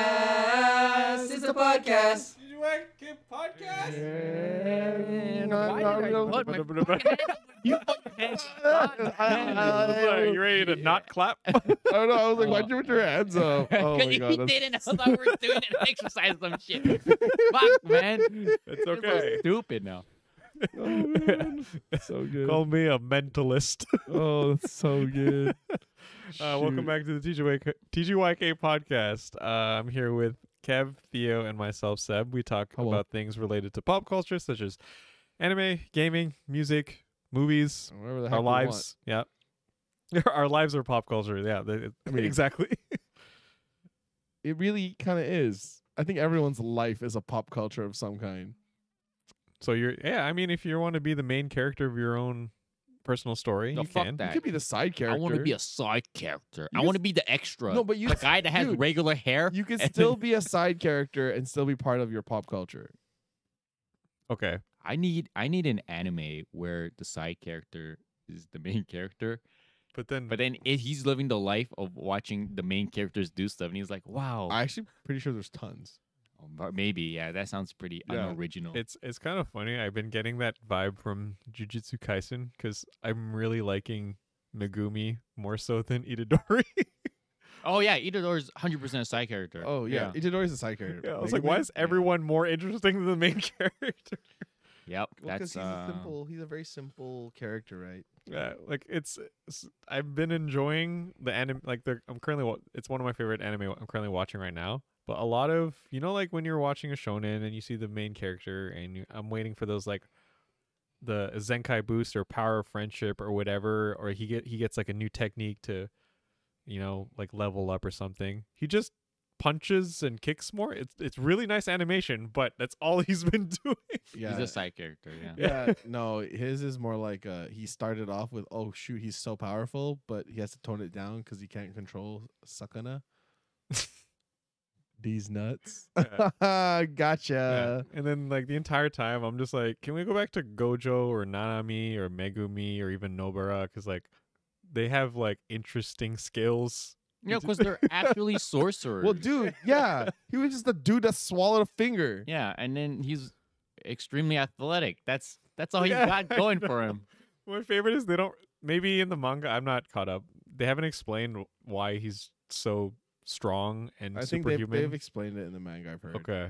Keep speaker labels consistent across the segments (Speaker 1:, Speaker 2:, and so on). Speaker 1: podcast. It's a podcast.
Speaker 2: podcast.
Speaker 3: Are you ready to not clap?
Speaker 4: I don't know. I was like, why'd you put your hands up? Oh
Speaker 5: Because
Speaker 4: my
Speaker 5: you
Speaker 4: god. that's-
Speaker 5: didn't. I thought we were doing an exercise some shit. Fuck, man.
Speaker 3: It's
Speaker 5: This is
Speaker 3: okay.
Speaker 5: Stupid now.
Speaker 4: Oh, man. so good.
Speaker 3: Call me a mentalist.
Speaker 4: Oh, that's so good.
Speaker 3: Uh, welcome
Speaker 4: Shoot.
Speaker 3: back to the TGYK, TGYK podcast. Uh, I'm here with Kev, Theo, and myself, Seb. We talk
Speaker 4: Hello.
Speaker 3: about things related to pop culture, such as anime, gaming, music, movies,
Speaker 4: Whatever the heck
Speaker 3: our
Speaker 4: we want.
Speaker 3: lives. Yeah. Our lives are pop culture. Yeah. they-
Speaker 4: I mean-
Speaker 3: exactly.
Speaker 4: It really kind of is. I think everyone's life is a pop culture of some kind.
Speaker 3: So you're, yeah, I mean, if you want to be the main character of your own personal story,
Speaker 5: No,
Speaker 3: you
Speaker 5: fuck
Speaker 3: can.
Speaker 5: that.
Speaker 4: You could be the side character.
Speaker 5: I want to be a side character.
Speaker 4: You
Speaker 5: I
Speaker 4: can
Speaker 5: want to be the extra.
Speaker 4: No, but you
Speaker 5: the guy that has
Speaker 4: dude,
Speaker 5: regular hair.
Speaker 4: you could
Speaker 5: and-
Speaker 4: still be a side character and still be part of your pop culture.
Speaker 3: Okay.
Speaker 5: I need. I need an anime where the side character is the main character,
Speaker 3: But then,
Speaker 5: but then it, he's living the life of watching the main characters do stuff, and he's like, "Wow,
Speaker 3: Oh.
Speaker 4: I'm actually pretty sure there's tons.
Speaker 5: Oh, but maybe yeah, that sounds pretty
Speaker 4: Yeah,
Speaker 5: unoriginal."
Speaker 3: It's it's kind of funny. I've been getting that vibe from Jujutsu Kaisen because I'm really liking Megumi more so than Itadori.
Speaker 5: oh yeah, Itador is 100 percent a side character.
Speaker 4: Oh yeah, it Itadori's a side character.
Speaker 3: yeah, I was
Speaker 4: Megumi-
Speaker 3: like, why is
Speaker 4: yeah.
Speaker 3: everyone more interesting than the main character?
Speaker 5: yep.
Speaker 4: Well, because
Speaker 5: that's
Speaker 4: he's
Speaker 5: uh,
Speaker 4: a simple, he's a very simple character, right?
Speaker 3: Yeah, like it's, it's- I've been enjoying the anime. Like the I'm currently wa- it's one of my favorite anime I'm currently watching right now. But a lot of you know like when you're watching a shonen and you see the main character and you, I'm waiting for those like the Zenkai boost or power of friendship or whatever or he get he gets like a new technique to you know like level up or something. He just punches and kicks more. It's it's really nice animation, but that's all he's been doing.
Speaker 4: Yeah.
Speaker 5: He's a side character. Yeah.
Speaker 4: yeah, no, his is more like uh he started off with oh shoot, he's so powerful, but he has to tone it down because he can't control Sakana. These nuts.
Speaker 3: Yeah.
Speaker 4: gotcha.
Speaker 3: And then like the entire time, I'm just like, can we go back to Gojo or Nanami or Megumi or even Nobara? Because like they have like interesting skills.
Speaker 5: Yeah, because they're actually sorcerers.
Speaker 4: Well, dude, yeah. He was just a dude that swallowed a finger.
Speaker 5: Yeah, and then he's extremely athletic. That's that's all he
Speaker 3: Yeah,
Speaker 5: got
Speaker 3: I
Speaker 5: going for
Speaker 3: know.
Speaker 5: him.
Speaker 3: My favorite is they don't. Maybe in the manga, I'm not caught up. They haven't explained wh- why he's so strong and
Speaker 4: I think they've,
Speaker 3: superhuman.
Speaker 4: they've explained it in the manga I've heard.
Speaker 3: okay.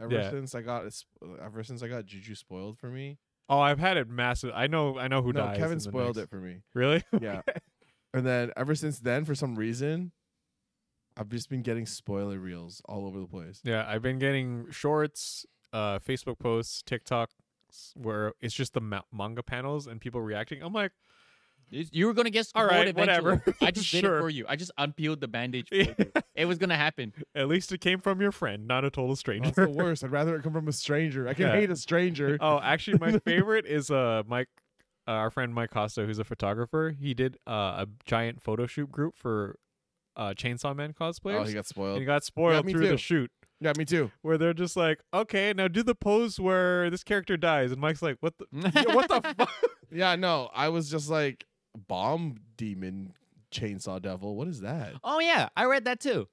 Speaker 4: Ever
Speaker 3: yeah.
Speaker 4: since I got it's- ever since I got Juju spoiled for me.
Speaker 3: Oh, I've had it massive. I know. I know who
Speaker 4: no,
Speaker 3: dies.
Speaker 4: Kevin
Speaker 3: in the
Speaker 4: spoiled
Speaker 3: next-
Speaker 4: it for me.
Speaker 3: Really?
Speaker 4: Yeah. and then ever since then, for some reason, I've just been getting spoiler reels all over the place.
Speaker 3: Yeah, I've been getting shorts, uh, Facebook posts, TikToks, where it's just the ma- manga panels and people reacting. I'm like,
Speaker 5: You you were gonna get
Speaker 3: All
Speaker 5: All
Speaker 3: right,
Speaker 5: right, eventually.
Speaker 3: whatever.
Speaker 5: I just did
Speaker 3: Sure.
Speaker 5: it for you. I just unpeeled the bandage. for
Speaker 3: Yeah.
Speaker 5: you. It was gonna happen.
Speaker 3: at least it came from your friend, not a total
Speaker 4: That's
Speaker 3: stranger.
Speaker 4: Oh, the worst. I'd rather it come from a stranger. I can
Speaker 3: Yeah.
Speaker 4: hate a stranger.
Speaker 3: oh, actually, my favorite is uh Mike, uh, our friend Mike Costa, who's a photographer. He did uh, a giant photo shoot group for uh, Chainsaw Man cosplayers.
Speaker 4: Oh, he got
Speaker 3: and
Speaker 4: spoiled.
Speaker 3: he got spoiled
Speaker 4: me
Speaker 3: through the
Speaker 4: too.
Speaker 3: shoot,
Speaker 4: yeah, me too.
Speaker 3: where they're just like, "Okay, now do the pose where this character dies," and Mike's like, "What the? Yeah, what the fuck?"
Speaker 4: Yeah, no, I was just like bomb demon chainsaw devil. What is that?
Speaker 5: Oh yeah, I read that too.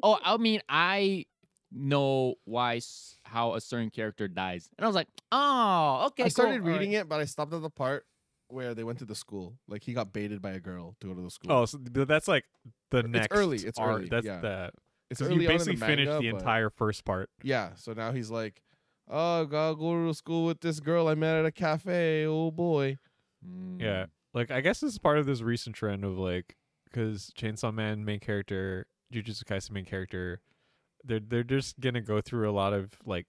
Speaker 5: oh, I mean, I know why s- how a certain character dies, and I was like, oh, okay.
Speaker 4: I started reading it, but I stopped at the part where they went to the school. Like he got baited by a girl to go to the school.
Speaker 3: Oh, so th- that's like the next.
Speaker 4: early, it's
Speaker 3: arc.
Speaker 4: early,
Speaker 3: That's
Speaker 4: yeah.
Speaker 3: that.
Speaker 4: it's
Speaker 3: So you
Speaker 4: on in the
Speaker 3: basically finished
Speaker 4: manga,
Speaker 3: the
Speaker 4: but-
Speaker 3: entire first part.
Speaker 4: Yeah, so now he's like, oh, gotta go to school with this girl I met at a cafe. Oh boy.
Speaker 5: Mm,
Speaker 3: Yeah.
Speaker 4: Mm-hmm.
Speaker 3: Like I guess this is part of this recent trend of like because Chainsaw Man main character, Jujutsu Kaisen main character, they're they're just gonna go through a lot of like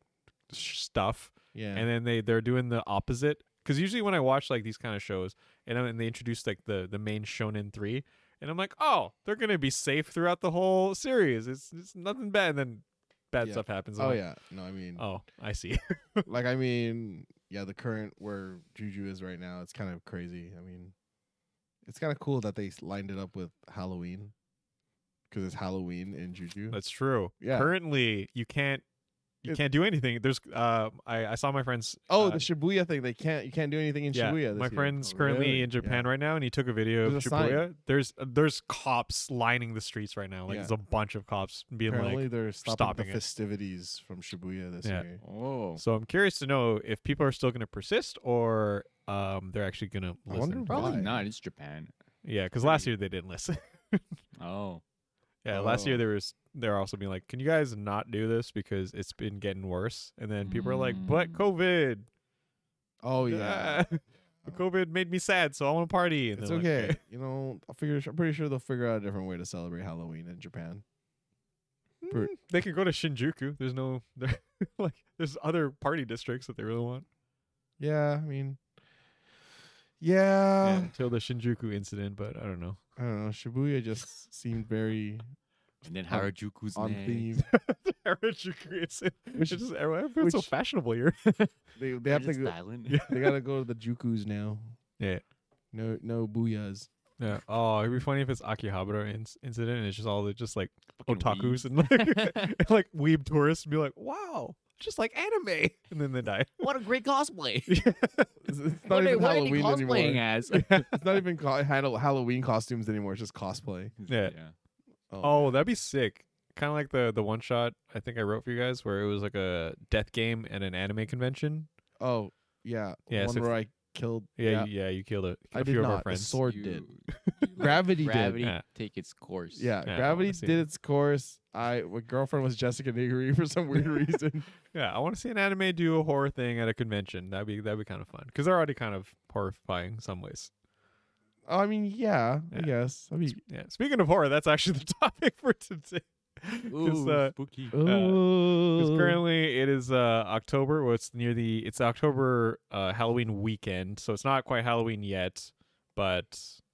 Speaker 3: sh- stuff,
Speaker 4: Yeah.
Speaker 3: and then they they're doing the opposite. Because usually when I watch like these kind of shows, and I'm, and they introduce like the the main shonen three, and I'm like, oh, they're gonna be safe throughout the whole series. It's it's nothing bad, and then bad
Speaker 4: Yeah.
Speaker 3: stuff happens. I'm
Speaker 4: oh
Speaker 3: like,
Speaker 4: yeah. No, I mean
Speaker 3: Oh, I see.
Speaker 4: like I mean, yeah, the current where Juju is right now, it's kind of crazy. I mean, it's kind of cool that they s- lined it up with Halloween because it's Halloween in Juju.
Speaker 3: That's true.
Speaker 4: Yeah.
Speaker 3: Currently, you can't you
Speaker 4: It-
Speaker 3: can't do anything. There's uh, I, I saw my friends.
Speaker 4: Oh,
Speaker 3: uh,
Speaker 4: the Shibuya thing. They can't. You can't do anything in
Speaker 3: yeah,
Speaker 4: Shibuya.
Speaker 3: my
Speaker 4: this year.
Speaker 3: friend's
Speaker 4: Oh,
Speaker 3: currently
Speaker 4: really?
Speaker 3: in Japan right now, and he took a video
Speaker 4: There's
Speaker 3: of
Speaker 4: a sign.
Speaker 3: Shibuya. There's uh, there's cops lining the streets right now. Like
Speaker 4: Yeah.
Speaker 3: there's a bunch of cops
Speaker 4: Yeah.
Speaker 3: being
Speaker 4: Apparently,
Speaker 3: like.
Speaker 4: they're stopping,
Speaker 3: stopping
Speaker 4: the
Speaker 3: it.
Speaker 4: festivities from Shibuya this
Speaker 3: Yeah.
Speaker 4: year.
Speaker 5: Oh.
Speaker 3: So I'm curious to know if people are still going to persist or um they're actually going to
Speaker 4: I
Speaker 3: listen.
Speaker 4: wonder
Speaker 5: Probably
Speaker 4: why.
Speaker 5: not. It's Japan.
Speaker 3: Yeah, because last year they didn't listen.
Speaker 5: Oh.
Speaker 3: yeah, last year
Speaker 4: Oh.
Speaker 3: there was they're also being like, can you guys not do this because it's been getting worse? And then people are like, but
Speaker 5: Mm.
Speaker 3: COVID.
Speaker 4: Oh yeah.
Speaker 3: Ah, but COVID made me sad, so I want to party. And
Speaker 4: It's
Speaker 3: they're like,
Speaker 4: okay. You know, I figure. I'm pretty sure they'll figure out a different way to celebrate Halloween in Japan. Per-
Speaker 3: "Mm, they could go to Shinjuku. There's no there- like there's other party districts that they really want.
Speaker 4: Yeah, I mean,
Speaker 3: Yeah, Uh,
Speaker 4: yeah.
Speaker 3: until the Shinjuku incident, but I don't know.
Speaker 4: I don't know. Shibuya just seemed very
Speaker 5: And then
Speaker 4: On-
Speaker 5: Harajuku's
Speaker 4: on
Speaker 5: next.
Speaker 4: theme.
Speaker 3: The Harajuku incident.
Speaker 4: Which-
Speaker 3: It's just everyone everyone's so
Speaker 4: which-
Speaker 3: fashionable here.
Speaker 4: They they
Speaker 5: They're
Speaker 4: have to
Speaker 5: just
Speaker 4: go,
Speaker 5: styling.
Speaker 3: Yeah.
Speaker 4: they gotta go to the Jukus now.
Speaker 3: Yeah.
Speaker 4: No no booyahs.
Speaker 3: yeah. Oh, it'd be funny if it's Akihabara in- incident and it's just all the just like
Speaker 5: Fucking
Speaker 3: otakus
Speaker 5: weebs.
Speaker 3: and like, and, like weeb tourists and be like, wow, just like anime, and then they die.
Speaker 5: What a great cosplay.
Speaker 4: It's, it's not
Speaker 5: what are,
Speaker 4: even
Speaker 5: what are they
Speaker 4: Halloween
Speaker 5: cosplaying
Speaker 4: anymore.
Speaker 5: as?
Speaker 4: It's not even co- Hall- Halloween costumes anymore. It's just cosplay.
Speaker 3: Yeah. Oh, that'd be sick. Kind of like the the one shot I think I wrote for you guys, where it was like a death game at an anime convention.
Speaker 4: Oh, yeah.
Speaker 3: Yeah,
Speaker 4: One
Speaker 3: so if-
Speaker 4: where I killed.
Speaker 3: Yeah, yeah, you, yeah, you killed a,
Speaker 4: I
Speaker 3: a
Speaker 4: did
Speaker 3: few of
Speaker 4: not.
Speaker 3: our
Speaker 4: The
Speaker 3: friends.
Speaker 4: sword
Speaker 5: You-
Speaker 4: did.
Speaker 5: you let
Speaker 4: Gravity did.
Speaker 5: gravity
Speaker 3: Yeah.
Speaker 5: take its course.
Speaker 4: Yeah,
Speaker 3: Yeah, I
Speaker 4: gravity
Speaker 3: wanna see
Speaker 4: did
Speaker 3: it.
Speaker 4: its course. I my girlfriend was Jessica Nigri for some weird reason.
Speaker 3: yeah, I want to see an anime do a horror thing at a convention. That'd be that'd be kind of fun because they're already kind of horrifying some ways.
Speaker 4: oh, I mean, yeah, I
Speaker 3: Yeah.
Speaker 4: guess. I mean,
Speaker 3: Yeah. Speaking of horror, that's actually the topic for today. Because
Speaker 5: Ooh,
Speaker 3: uh,
Speaker 5: spooky.
Speaker 3: Because
Speaker 4: ooh.
Speaker 3: currently it is uh October. Well, it's near the it's October uh Halloween weekend, so it's not quite Halloween yet, but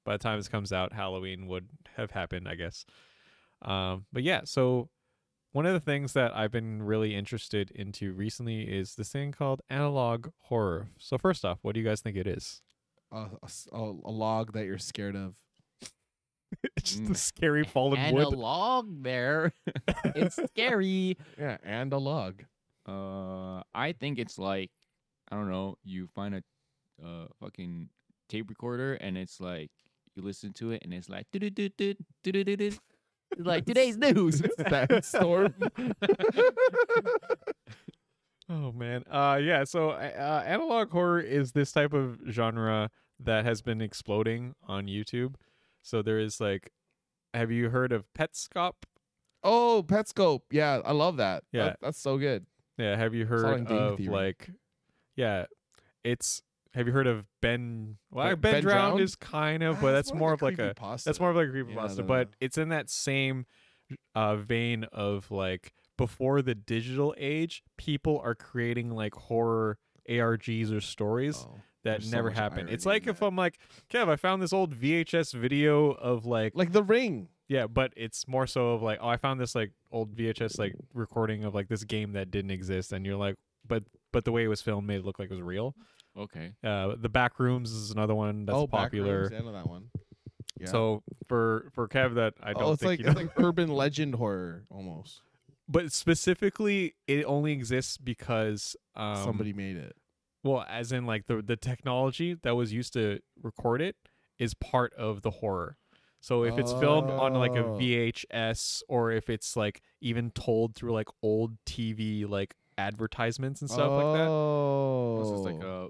Speaker 3: by the time this comes out, Halloween would have happened, I guess. Um, but yeah, so one of the things that I've been really interested into recently is this thing called analog horror. So first off, what do you guys think it is?
Speaker 4: a, a s- a- a log that you're scared of.
Speaker 3: it's just
Speaker 5: Mm.
Speaker 3: the scary fallen
Speaker 5: and a
Speaker 3: wood.
Speaker 5: log there. it's scary.
Speaker 4: Yeah, and a log.
Speaker 5: Uh, I think it's like I don't know. You find a uh fucking tape recorder, and it's like you listen to it, and it's like "Do-do-do-do, do-do-do-do." It's like today's news.
Speaker 4: that storm.
Speaker 3: Oh man. Uh yeah, so uh, uh, analog horror is this type of genre that has been exploding on YouTube. So there is like have you heard of Petscop?
Speaker 4: oh, Petscope. Yeah, I love that.
Speaker 3: Yeah.
Speaker 4: That- that's so good.
Speaker 3: Yeah, have you
Speaker 4: all in
Speaker 3: heard
Speaker 4: Game
Speaker 3: of
Speaker 4: Theory.
Speaker 3: like yeah, it's have you heard of Ben well,
Speaker 4: Ben-
Speaker 3: Ben,
Speaker 4: Ben
Speaker 3: Drowned,
Speaker 4: Drowned?
Speaker 3: is kind of, but
Speaker 4: Ah,
Speaker 3: that's
Speaker 4: it's
Speaker 3: more of like a
Speaker 4: creepypasta.
Speaker 3: that's more of like a
Speaker 4: Yeah,
Speaker 3: creepypasta,
Speaker 4: the-
Speaker 3: but it's in that same uh, vein of like before the digital age, people are creating like horror ARGs or stories.
Speaker 4: Oh.
Speaker 3: that
Speaker 4: There's so
Speaker 3: never
Speaker 4: much
Speaker 3: happened.
Speaker 4: irony
Speaker 3: It's like
Speaker 4: in
Speaker 3: if
Speaker 4: that.
Speaker 3: I'm like, Kev, I found this old VHS video of like,
Speaker 4: like the ring.
Speaker 3: yeah, but it's more so of like, oh, I found this like old VHS like recording of like this game that didn't exist, and you're like, but but the way it was filmed made it look like it was real.
Speaker 5: okay.
Speaker 3: Uh, the back rooms is another one that's
Speaker 4: oh,
Speaker 3: popular.
Speaker 4: Backrooms, I know that one. Yeah.
Speaker 3: So for for Kev, that I don't
Speaker 4: oh, it's
Speaker 3: think
Speaker 4: like
Speaker 3: you
Speaker 4: it's
Speaker 3: know.
Speaker 4: like urban legend horror almost.
Speaker 3: but specifically, it only exists because um,
Speaker 4: Somebody made it.
Speaker 3: Well, as in like the the technology that was used to record it is part of the horror. So if it's filmed on like a
Speaker 4: Oh.
Speaker 3: VHS or if it's like even told through like old TV like advertisements and stuff like that.
Speaker 4: Oh,
Speaker 5: This is like
Speaker 3: uh,
Speaker 5: a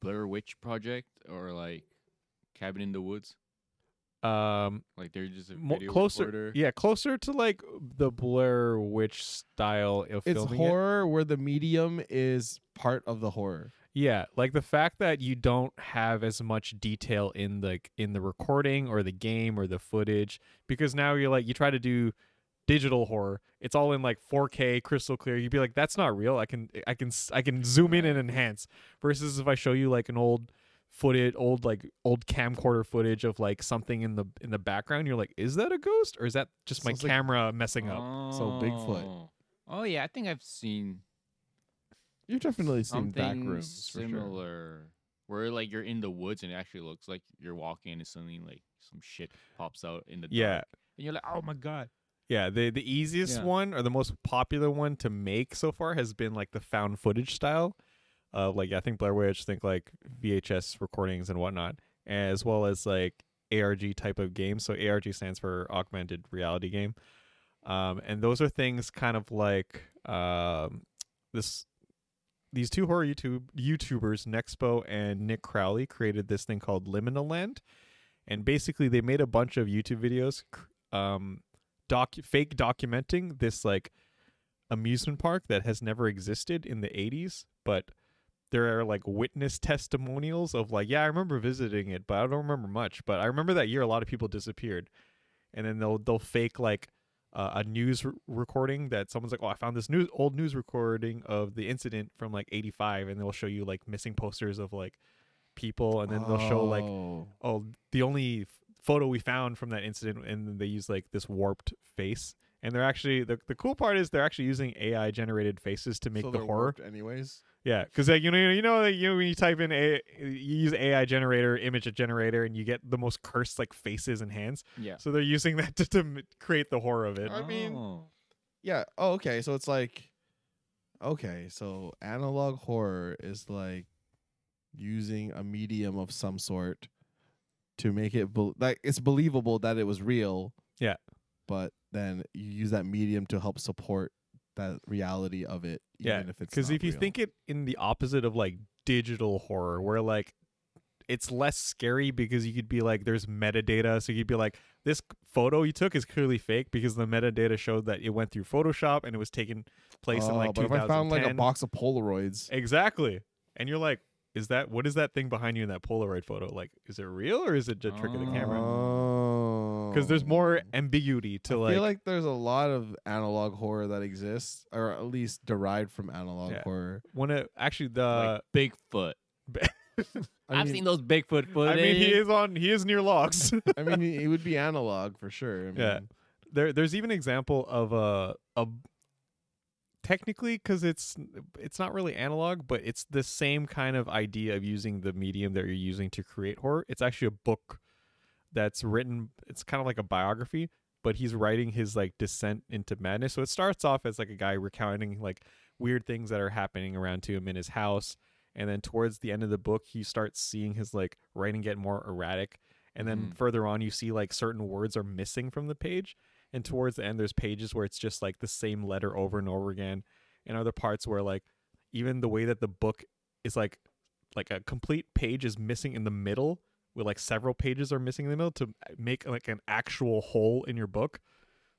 Speaker 5: Blair Witch project, or like Cabin in the Woods.
Speaker 4: Oh.
Speaker 3: Um
Speaker 5: Like they're just a
Speaker 3: mo-
Speaker 5: video
Speaker 3: closer
Speaker 5: recorder.
Speaker 3: yeah, closer to like the Blair Witch style of
Speaker 4: it's
Speaker 3: filming it.
Speaker 4: horror where the medium is part of the horror.
Speaker 3: Yeah, like the fact that you don't have as much detail in the in the recording or the game or the footage because now you're like you try to do digital horror. It's all in like 4K crystal clear. You'd be like that's not real. I can I can s- I can zoom in and enhance versus if I show you like an old footage old like old camcorder footage of like something in the in the background you're like is that a ghost or is that just my
Speaker 4: Sounds like-
Speaker 3: camera messing up
Speaker 4: So Bigfoot.
Speaker 5: Oh. Oh yeah, I think I've seen
Speaker 4: You've definitely seen
Speaker 5: something
Speaker 4: back rooms for sure.
Speaker 5: similar where like you're in the woods and it actually looks like you're walking and suddenly like some shit pops out in the
Speaker 3: yeah
Speaker 5: dark and you're like oh my god
Speaker 3: Yeah, the the easiest
Speaker 5: Yeah.
Speaker 3: one or the most popular one to make so far has been like the found footage style. Uh, like I think Blair Witch, think like VHS recordings and whatnot, as well as like ARG type of games. So ARG stands for augmented reality game, um, and those are things kind of like um, this. These two horror YouTube YouTubers, Nexpo and Nick Crowley, created this thing called Liminal Land, and basically they made a bunch of YouTube videos. cr- Um, docu- fake documenting this like amusement park that has never existed in the 80s but there are like witness testimonials of like yeah i remember visiting it but i don't remember much but i remember that year a lot of people disappeared and then they'll they'll fake like uh, a news re- recording that someone's like oh i found this news old news recording of the incident from like 85 and they'll show you like missing posters of like people and then they'll show like
Speaker 4: Oh.
Speaker 3: oh the only f- photo we found from that incident and then they use like this warped face and they're actually the, the cool part is they're actually using ai generated faces to make
Speaker 4: So
Speaker 3: the
Speaker 4: they're
Speaker 3: horror
Speaker 4: warped anyways.
Speaker 3: yeah because like you know you know like, you know when you type in a you use ai generator image generator and you get the most cursed like faces and hands
Speaker 5: Yeah.
Speaker 3: so they're using that to, to m- create the horror of it
Speaker 4: I mean,
Speaker 5: Oh.
Speaker 4: Yeah. Oh, okay. So it's like, okay, so analog horror is like using a medium of some sort to make it bel like it's believable that it was real.
Speaker 3: Yeah.
Speaker 4: But then you use that medium to help support that reality of it,
Speaker 3: Yeah,
Speaker 4: even if it's
Speaker 3: because
Speaker 4: not
Speaker 3: if you
Speaker 4: real.
Speaker 3: think it in the opposite of like digital horror where like it's less scary because you could be like there's metadata so you'd be like this photo you took is clearly fake because the metadata showed that it went through photoshop and it was taken place in
Speaker 4: Oh,
Speaker 3: like
Speaker 4: but if
Speaker 3: 2010
Speaker 4: I found like a box of Polaroids,
Speaker 3: exactly and you're like is that what is that thing behind you in that polaroid photo like is it real or is it a trick of the camera because there's more ambiguity to
Speaker 4: Oh. I
Speaker 3: like,
Speaker 4: feel like there's a lot of analog horror that exists, or at least derived from analog
Speaker 3: Yeah.
Speaker 4: horror.
Speaker 3: when it actually the
Speaker 5: like Bigfoot.
Speaker 4: I
Speaker 5: I've
Speaker 4: mean,
Speaker 5: seen those Bigfoot
Speaker 3: i
Speaker 5: footage.
Speaker 3: mean he is on he is near logs
Speaker 4: I mean, it would be analog for sure. I mean,
Speaker 3: Yeah. there there's even an example of a a technically cuz it's it's not really analog but it's the same kind of idea of using the medium that you're using to create horror it's actually a book that's written it's kind of like a biography but he's writing his like descent into madness so it starts off as like a guy recounting like weird things that are happening around to him in his house and then towards the end of the book you start seeing his like writing get more erratic and then
Speaker 5: Mhm.
Speaker 3: further on you see like certain words are missing from the page and towards the end there's pages where it's just like the same letter over and over again and other parts where like even the way that the book is like like a complete page is missing in the middle with like several pages are missing in the middle to uh, make like an actual hole in your book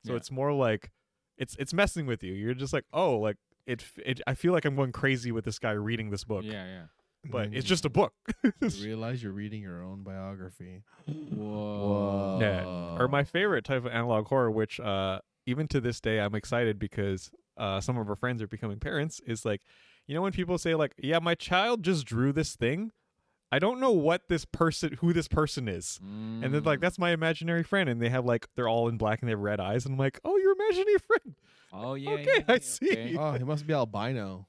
Speaker 3: so
Speaker 5: Yeah.
Speaker 3: it's more like it's it's messing with you you're just like oh like it, f- it i feel like i'm going crazy with this guy reading this book
Speaker 5: Yeah, yeah.
Speaker 4: And
Speaker 3: but
Speaker 4: then
Speaker 3: it's
Speaker 4: you-
Speaker 3: just a book
Speaker 4: you realize you're reading your own biography.
Speaker 5: Whoa.
Speaker 3: Yeah.
Speaker 5: Oh.
Speaker 3: or my favorite type of analog horror, which uh, even to this day I'm excited because uh, some of our friends are becoming parents, is like, you know, when people say like, "Yeah, my child just drew this thing," I don't know what this person, who this person is, and then like
Speaker 5: Mm.
Speaker 3: that's my imaginary friend, and they have like they're all in black and they have red eyes, and I'm like, "Oh, your imaginary friend."
Speaker 5: Oh yeah.
Speaker 3: okay,
Speaker 5: yeah,
Speaker 3: I
Speaker 5: yeah,
Speaker 3: see.
Speaker 5: okay.
Speaker 4: oh, he must be albino.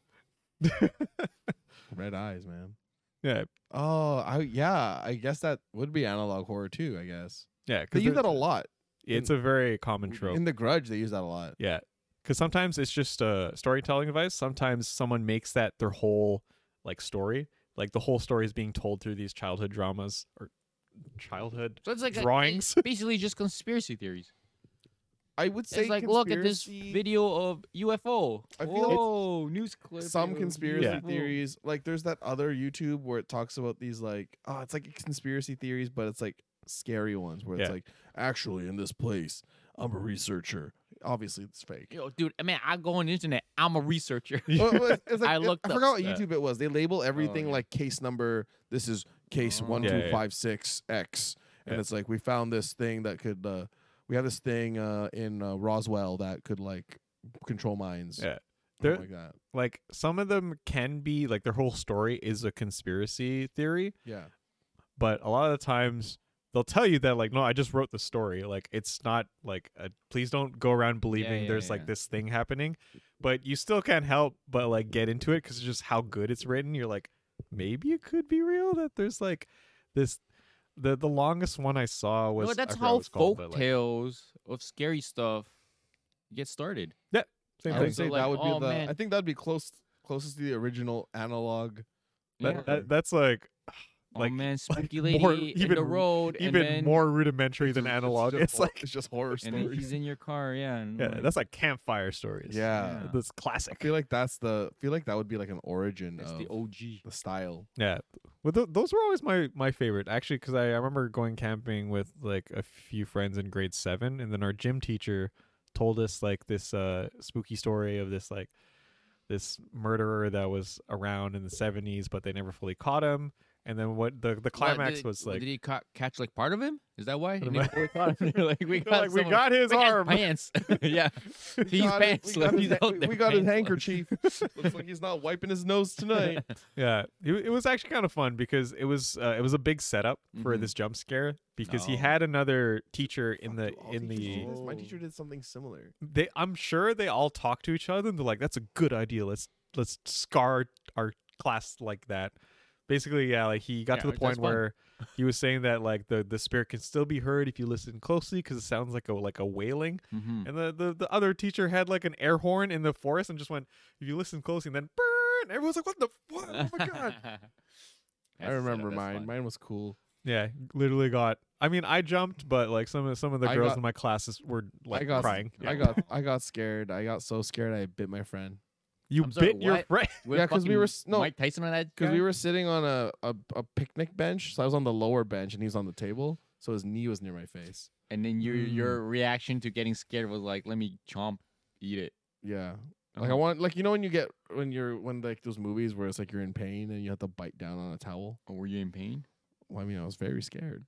Speaker 4: Red eyes, man.
Speaker 3: Yeah,
Speaker 4: Oh, I yeah. I guess that would be analog horror too. I guess
Speaker 3: yeah,
Speaker 4: they
Speaker 3: because
Speaker 4: use that a lot.
Speaker 3: It's a very common trope.
Speaker 4: In The Grudge, they use that a lot.
Speaker 3: Yeah. Because sometimes it's just a storytelling device. Sometimes someone makes that their whole like story. Like the whole story is being told through these childhood dramas or childhood.
Speaker 5: So it's like a-
Speaker 3: Drawings.
Speaker 5: it's basically just conspiracy theories.
Speaker 4: I would say
Speaker 5: It's like look at this
Speaker 4: conspiracy-
Speaker 5: video of UFO.
Speaker 4: I feel like it's-
Speaker 5: Whoa, news clip.
Speaker 4: some
Speaker 5: of
Speaker 4: conspiracy
Speaker 3: Yeah.
Speaker 5: UFO.
Speaker 4: theories like there's that other youtube where it talks about these like oh it's like conspiracy theories but it's like scary ones where it's
Speaker 3: Yeah.
Speaker 4: like actually in this place i'm a researcher obviously it's fake
Speaker 5: Yo, dude, I mean, I go on the internet. I'm a researcher.
Speaker 4: Well, it was- it's, like,
Speaker 5: I
Speaker 4: it-
Speaker 5: looked
Speaker 4: I
Speaker 5: up
Speaker 4: forgot what
Speaker 5: stuff.
Speaker 4: youtube it was they label everything
Speaker 5: yeah.
Speaker 4: like case number this is case
Speaker 5: Oh.
Speaker 4: one
Speaker 3: Yeah, yeah,
Speaker 4: two
Speaker 3: yeah.
Speaker 4: five six x and
Speaker 3: Yeah.
Speaker 4: it's like we found this thing that could uh we have this thing uh in uh, roswell that could like control minds
Speaker 3: Yeah.
Speaker 4: something
Speaker 3: There-
Speaker 4: like that
Speaker 3: Like some of them can be like their whole story is a conspiracy theory,
Speaker 4: yeah
Speaker 3: but a lot of the times they'll tell you that like no, I just wrote the story. Like it's not like a, please don't go around believing
Speaker 5: yeah,
Speaker 3: there's
Speaker 5: yeah.
Speaker 3: like this thing happening, but you still can't help but like get into it because just how good it's written. You're like maybe it could be real that there's like this the the longest one I saw was
Speaker 5: no,
Speaker 3: I
Speaker 5: that's
Speaker 3: forgot what
Speaker 5: how
Speaker 3: it's called, but,
Speaker 5: folk
Speaker 3: like-
Speaker 5: tales of scary stuff get started.
Speaker 3: Same
Speaker 4: I
Speaker 5: And
Speaker 3: thing.
Speaker 4: would
Speaker 5: so,
Speaker 4: say
Speaker 5: like,
Speaker 4: that would be
Speaker 5: oh,
Speaker 4: the.
Speaker 5: man.
Speaker 4: I think that'd be close closest to the original analog.
Speaker 3: That,
Speaker 5: Yeah.
Speaker 3: that, that's like
Speaker 5: oh
Speaker 3: like-
Speaker 5: man, spooky lady
Speaker 3: more-
Speaker 5: in the
Speaker 3: even-
Speaker 5: road,
Speaker 3: even
Speaker 5: and then,
Speaker 3: more rudimentary than analog.
Speaker 4: just,
Speaker 3: It's,
Speaker 4: hor-
Speaker 3: like
Speaker 4: it's just horror
Speaker 5: and then
Speaker 4: stories.
Speaker 5: he's in your car. Yeah, and
Speaker 3: yeah,
Speaker 5: like,
Speaker 3: that's like campfire stories.
Speaker 4: yeah.
Speaker 5: yeah.
Speaker 3: that's
Speaker 4: I
Speaker 3: classic.
Speaker 4: feel like that's the. I feel like that would be like an origin
Speaker 5: that's
Speaker 4: of
Speaker 5: the OG.
Speaker 4: the style.
Speaker 3: Yeah, well, th- those were always my my favorite actually because I, I remember going camping with like a few friends in grade seven, and then our gym teacher told us like this uh spooky story of this like this murderer that was around in the seventies, but they never fully caught him. And then what the the
Speaker 5: Well,
Speaker 3: climax
Speaker 5: did-
Speaker 3: was like.
Speaker 5: did he ca- catch like part of him? Is that why?
Speaker 3: What
Speaker 5: And they
Speaker 3: am I-
Speaker 5: fully caught him. They're like we
Speaker 3: They're
Speaker 5: got,
Speaker 3: like, we
Speaker 5: someone-
Speaker 3: got his
Speaker 5: we got his
Speaker 3: arm.
Speaker 5: pants. yeah,
Speaker 4: We
Speaker 5: these
Speaker 4: got it.
Speaker 5: pants.
Speaker 4: We got
Speaker 5: left
Speaker 4: his,
Speaker 5: out
Speaker 4: we-
Speaker 5: there,
Speaker 4: we got his
Speaker 5: pants left.
Speaker 4: handkerchief. Looks like he's not wiping his nose tonight.
Speaker 3: Yeah, it, it was actually kind of fun because it was uh, it was a big setup for
Speaker 5: Mhm.
Speaker 3: this jump scare because he
Speaker 5: No.
Speaker 3: had another teacher in
Speaker 4: Fuck,
Speaker 3: the
Speaker 4: do all
Speaker 3: in
Speaker 4: teachers
Speaker 3: the
Speaker 4: do this? My
Speaker 5: Oh.
Speaker 4: teacher did something similar.
Speaker 3: they I'm sure they all talk to each other and they're like that's a good idea let's let's scar our class like that. Basically, yeah, like he got
Speaker 5: Yeah,
Speaker 3: to the
Speaker 5: that's
Speaker 3: point
Speaker 5: fun.
Speaker 3: where he was saying that like the the spirit can still be heard if you listen closely because it sounds like a like a wailing.
Speaker 5: Mhm.
Speaker 3: And the, the the other teacher had like an air horn in the forest and just went if you listen closely and then "Brrr," and everyone's like what the fuck? oh my god.
Speaker 4: I remember mine. Mine was cool.
Speaker 3: Yeah, literally got. I mean, I jumped, but like some of some of the
Speaker 4: I
Speaker 3: girls
Speaker 4: got-
Speaker 3: in my classes were like
Speaker 4: I got
Speaker 3: crying.
Speaker 4: I got I got scared. I got so scared I bit my friend.
Speaker 3: you
Speaker 5: I'm
Speaker 3: bit
Speaker 5: sorry,
Speaker 3: your
Speaker 5: what?
Speaker 3: friend.
Speaker 4: Yeah, 'cause we were s- no,
Speaker 5: Mike Tyson on that
Speaker 4: Because
Speaker 5: guy?
Speaker 4: we were sitting on a, a, a picnic bench. So I was on the lower bench and he was on the table. So his knee was near my face.
Speaker 5: And then your your reaction to getting scared was like, let me chomp, eat it.
Speaker 4: Yeah. Uh-huh. Like I want like you know when you get when you're when like those movies where it's like you're in pain and you have to bite down on a towel.
Speaker 5: Oh, were you in pain?
Speaker 4: Well, I mean, I was very scared.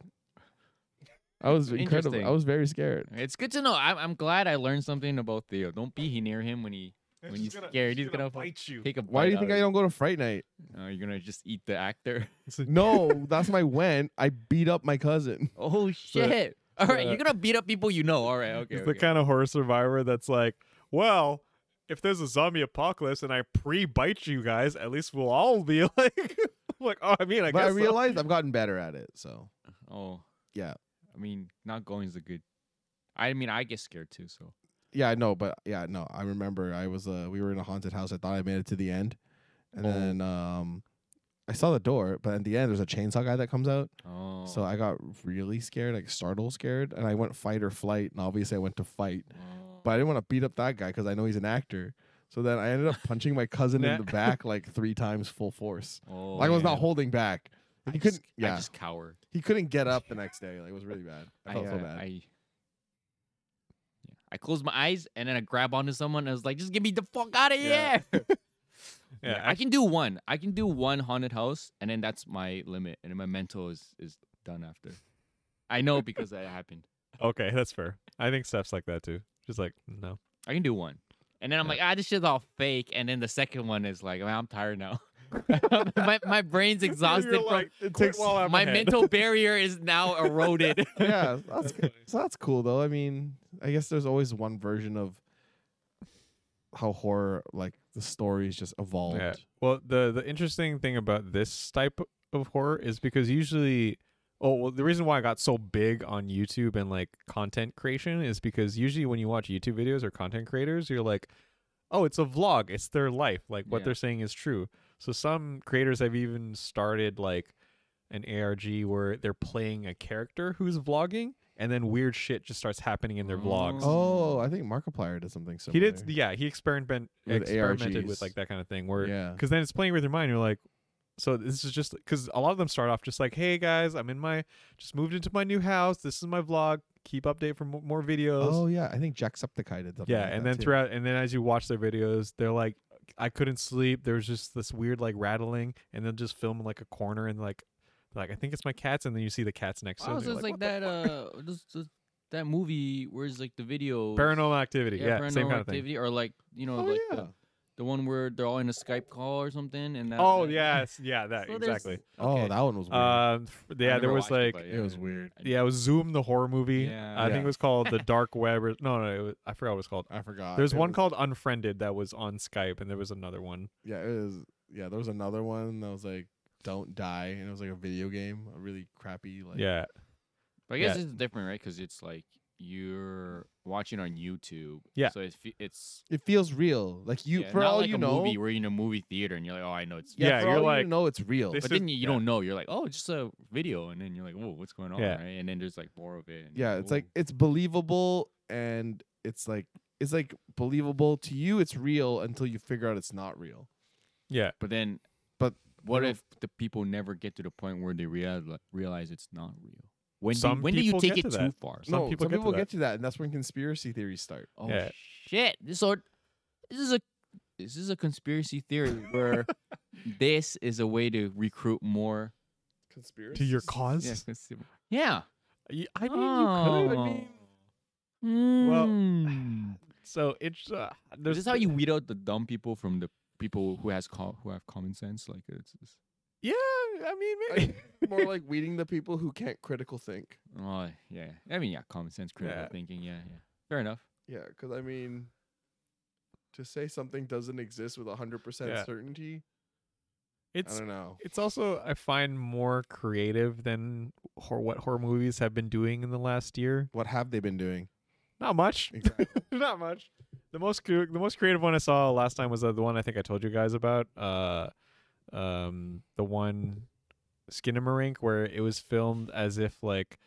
Speaker 4: I was incredible.
Speaker 5: Interesting.
Speaker 4: I was very scared.
Speaker 5: It's good to know. I'm, I'm glad I learned something about Theo. Don't be he- near him when he When he's scared, he's gonna
Speaker 3: bite you.
Speaker 5: take a.
Speaker 4: Why do you think I don't go to Fright Night?
Speaker 5: I? Oh, you're gonna just eat the actor.
Speaker 4: No, that's my when I beat up my cousin.
Speaker 5: oh shit! All right,
Speaker 4: uh,
Speaker 5: you're
Speaker 3: the-
Speaker 5: gonna beat up people you know. All right, okay.
Speaker 3: It's
Speaker 5: okay.
Speaker 3: the kind of horror survivor that's like, well, if there's a zombie apocalypse and I pre-bite you guys, at least we'll all be like, like, oh, I mean, I
Speaker 4: but I
Speaker 3: guess. so."
Speaker 4: realized I've gotten better at it. So
Speaker 5: oh
Speaker 4: Yeah.
Speaker 5: I mean, not going is a good. I mean, I get scared too. So
Speaker 4: yeah, I know, but yeah, no, I remember I was uh we were in a haunted house. I thought I made it to the end. And
Speaker 5: Oh.
Speaker 4: then um I saw the door, but at the end there's a chainsaw guy that comes out.
Speaker 5: oh.
Speaker 4: So I got really scared, like startled scared, and I went fight or flight, and obviously I went to fight.
Speaker 5: Oh.
Speaker 4: But I didn't want to beat up that guy because I know he's an actor. So then I ended up punching my cousin in the
Speaker 3: Nah.
Speaker 4: back like three times full force.
Speaker 5: Oh,
Speaker 4: like I was
Speaker 5: yeah.
Speaker 4: not holding back.
Speaker 5: I
Speaker 4: He
Speaker 5: just-
Speaker 4: couldn't yeah.
Speaker 5: I just cowered.
Speaker 4: He couldn't get up the next day. Like it was really bad. I felt
Speaker 5: I,
Speaker 4: so
Speaker 5: uh,
Speaker 4: bad.
Speaker 5: I, yeah. I closed my eyes and then I grab onto someone. And I was like, "Just get me the fuck out of
Speaker 4: Yeah.
Speaker 5: here!"
Speaker 3: yeah,
Speaker 5: I can do one. I can do one haunted house, and then that's my limit, and then my mental is is done after. I know because that happened.
Speaker 3: act- okay, that's fair. I think Steph's like that too. She's like, no,
Speaker 5: I can do one, and then I'm
Speaker 3: Yeah.
Speaker 5: like, "Ah, this shit's all fake." And then the second one is like, "Man, "I'm tired now. my my brain's
Speaker 3: You're
Speaker 5: exhausted from
Speaker 3: like, it takes while I'm
Speaker 5: my
Speaker 3: ahead."
Speaker 5: mental barrier is now eroded."
Speaker 4: yeah, that's good. so that's cool though. I mean, I guess there's always one version of how horror, like the stories, just evolved.
Speaker 3: Yeah. Well, the the interesting thing about this type of horror is because usually, oh well, the reason why I got so big on YouTube and like content creation is because usually when you watch YouTube videos or content creators, you're like, oh, it's a vlog, it's their life, like what
Speaker 5: Yeah.
Speaker 3: they're saying is true. So some creators have even started like an ARG where they're playing a character who's vlogging, and then weird shit just starts happening in their vlogs.
Speaker 4: Oh, I think Markiplier did something
Speaker 3: He
Speaker 4: similar.
Speaker 3: did, yeah. He experiment,
Speaker 4: With
Speaker 3: experimented
Speaker 4: ARGs.
Speaker 3: with like that kind of thing, where
Speaker 4: yeah.
Speaker 3: because then it's playing with your mind. You're like, so this is just because a lot of them start off just like, hey guys, I'm in my just moved into my new house. This is my vlog. Keep update for mo- more videos.
Speaker 4: Oh yeah, I think Jacksepticeye did something.
Speaker 3: yeah,
Speaker 4: like
Speaker 3: and
Speaker 4: that,
Speaker 3: then
Speaker 4: too.
Speaker 3: throughout, and then as you watch their videos, they're like, I couldn't sleep. There was just this weird like rattling, and they'll just film in like a corner and like, like I think it's my cats, and then you see the cats next to
Speaker 5: Oh,
Speaker 3: them.
Speaker 5: so
Speaker 3: You're
Speaker 5: it's like
Speaker 3: "What the
Speaker 5: that uh, those- those- that movie where's like the video
Speaker 3: f-" paranormal activity. Yeah,
Speaker 5: paranormal
Speaker 3: same kind of thing.
Speaker 5: activity or like you know
Speaker 4: Oh
Speaker 5: like
Speaker 4: yeah.
Speaker 5: the, the one where they're all in a Skype call or something and that,
Speaker 3: Oh
Speaker 5: that-
Speaker 3: yes, yeah, that
Speaker 5: So there's-
Speaker 3: exactly.
Speaker 4: Oh,
Speaker 5: okay.
Speaker 4: that one was weird.
Speaker 3: Um, f-
Speaker 5: I
Speaker 3: yeah, there
Speaker 5: never
Speaker 3: was
Speaker 5: watched it,
Speaker 3: like
Speaker 5: but
Speaker 4: it was weird.
Speaker 5: I-
Speaker 3: Yeah, it was Zoom the horror movie.
Speaker 5: Yeah.
Speaker 3: I think
Speaker 4: Yeah.
Speaker 3: it was called the Dark Web. Or, no, no, it was, I forgot what it was called.
Speaker 4: I forgot.
Speaker 3: There's
Speaker 4: It
Speaker 3: one
Speaker 4: was-
Speaker 3: called Unfriended that was on Skype, and there was another one.
Speaker 4: Yeah, it was. Yeah, there was another one that was like Don't Die, and it was like a video game, a really crappy like.
Speaker 3: yeah,
Speaker 5: But I guess
Speaker 3: Yeah.
Speaker 5: it's different, right? Because it's like you're watching on YouTube.
Speaker 3: Yeah.
Speaker 5: So it's fe- it's
Speaker 4: It feels real. Like you,
Speaker 5: yeah,
Speaker 4: for
Speaker 5: not
Speaker 4: all
Speaker 5: like
Speaker 4: you
Speaker 5: a
Speaker 4: know,
Speaker 5: movie where you're in a movie theater and you're like, oh, I know it's.
Speaker 4: yeah,
Speaker 3: Yeah,
Speaker 4: for
Speaker 3: you're
Speaker 4: all
Speaker 3: like,
Speaker 4: you know, it's real.
Speaker 3: this
Speaker 5: but
Speaker 3: is-
Speaker 5: then you, you
Speaker 3: yeah.
Speaker 5: don't know. You're like, oh, it's just a video, and then you're like, whoa, what's going on,
Speaker 3: Yeah.
Speaker 5: right? And then there's like more of it. and
Speaker 4: yeah, it's like it's believable and it's like it's like believable to you. It's real until you figure out it's not real.
Speaker 3: Yeah.
Speaker 5: But then,
Speaker 4: But
Speaker 5: what
Speaker 4: you know-
Speaker 5: if the people never get to the point where they realize realize it's not real? When
Speaker 3: Some
Speaker 5: do, when do you
Speaker 3: people
Speaker 5: take
Speaker 3: get
Speaker 5: it
Speaker 3: to
Speaker 5: too
Speaker 3: that.
Speaker 5: far?
Speaker 3: Some
Speaker 4: no,
Speaker 3: people
Speaker 4: some
Speaker 3: get to
Speaker 4: people
Speaker 3: that.
Speaker 4: get to that, and that's when conspiracy theories start.
Speaker 5: Oh
Speaker 3: Yeah.
Speaker 5: shit! This- So this is a this is a conspiracy theory where this is a way to recruit more.
Speaker 4: Conspiracy
Speaker 3: To your cause?
Speaker 5: Yeah, consumer- yeah.
Speaker 3: You- I mean, you could. I
Speaker 5: Oh.
Speaker 3: mean,
Speaker 5: Well, Hmm.
Speaker 3: so it's uh,
Speaker 5: this
Speaker 3: there's
Speaker 5: is how you weed out the dumb people from the people who has co- who have common sense. Like it's, it's
Speaker 3: Yeah, I mean, maybe.
Speaker 4: I- more like weeding the people who can't critical think.
Speaker 5: oh yeah. I mean yeah, common sense, critical
Speaker 3: Yeah.
Speaker 5: thinking. Yeah, yeah. Fair enough.
Speaker 4: Yeah, because I mean, to say something doesn't exist with hundred
Speaker 3: Yeah.
Speaker 4: percent certainty, I
Speaker 3: it's
Speaker 4: don't know.
Speaker 3: it's also I find more creative than hor- what horror movies have been doing in the last year.
Speaker 4: What have they been doing?
Speaker 3: Not much.
Speaker 4: Exactly.
Speaker 3: Not much. The most cre- the most creative one I saw last time was uh, the one I think I told you guys about. Uh, um, the one Skinamarink where it was filmed as if like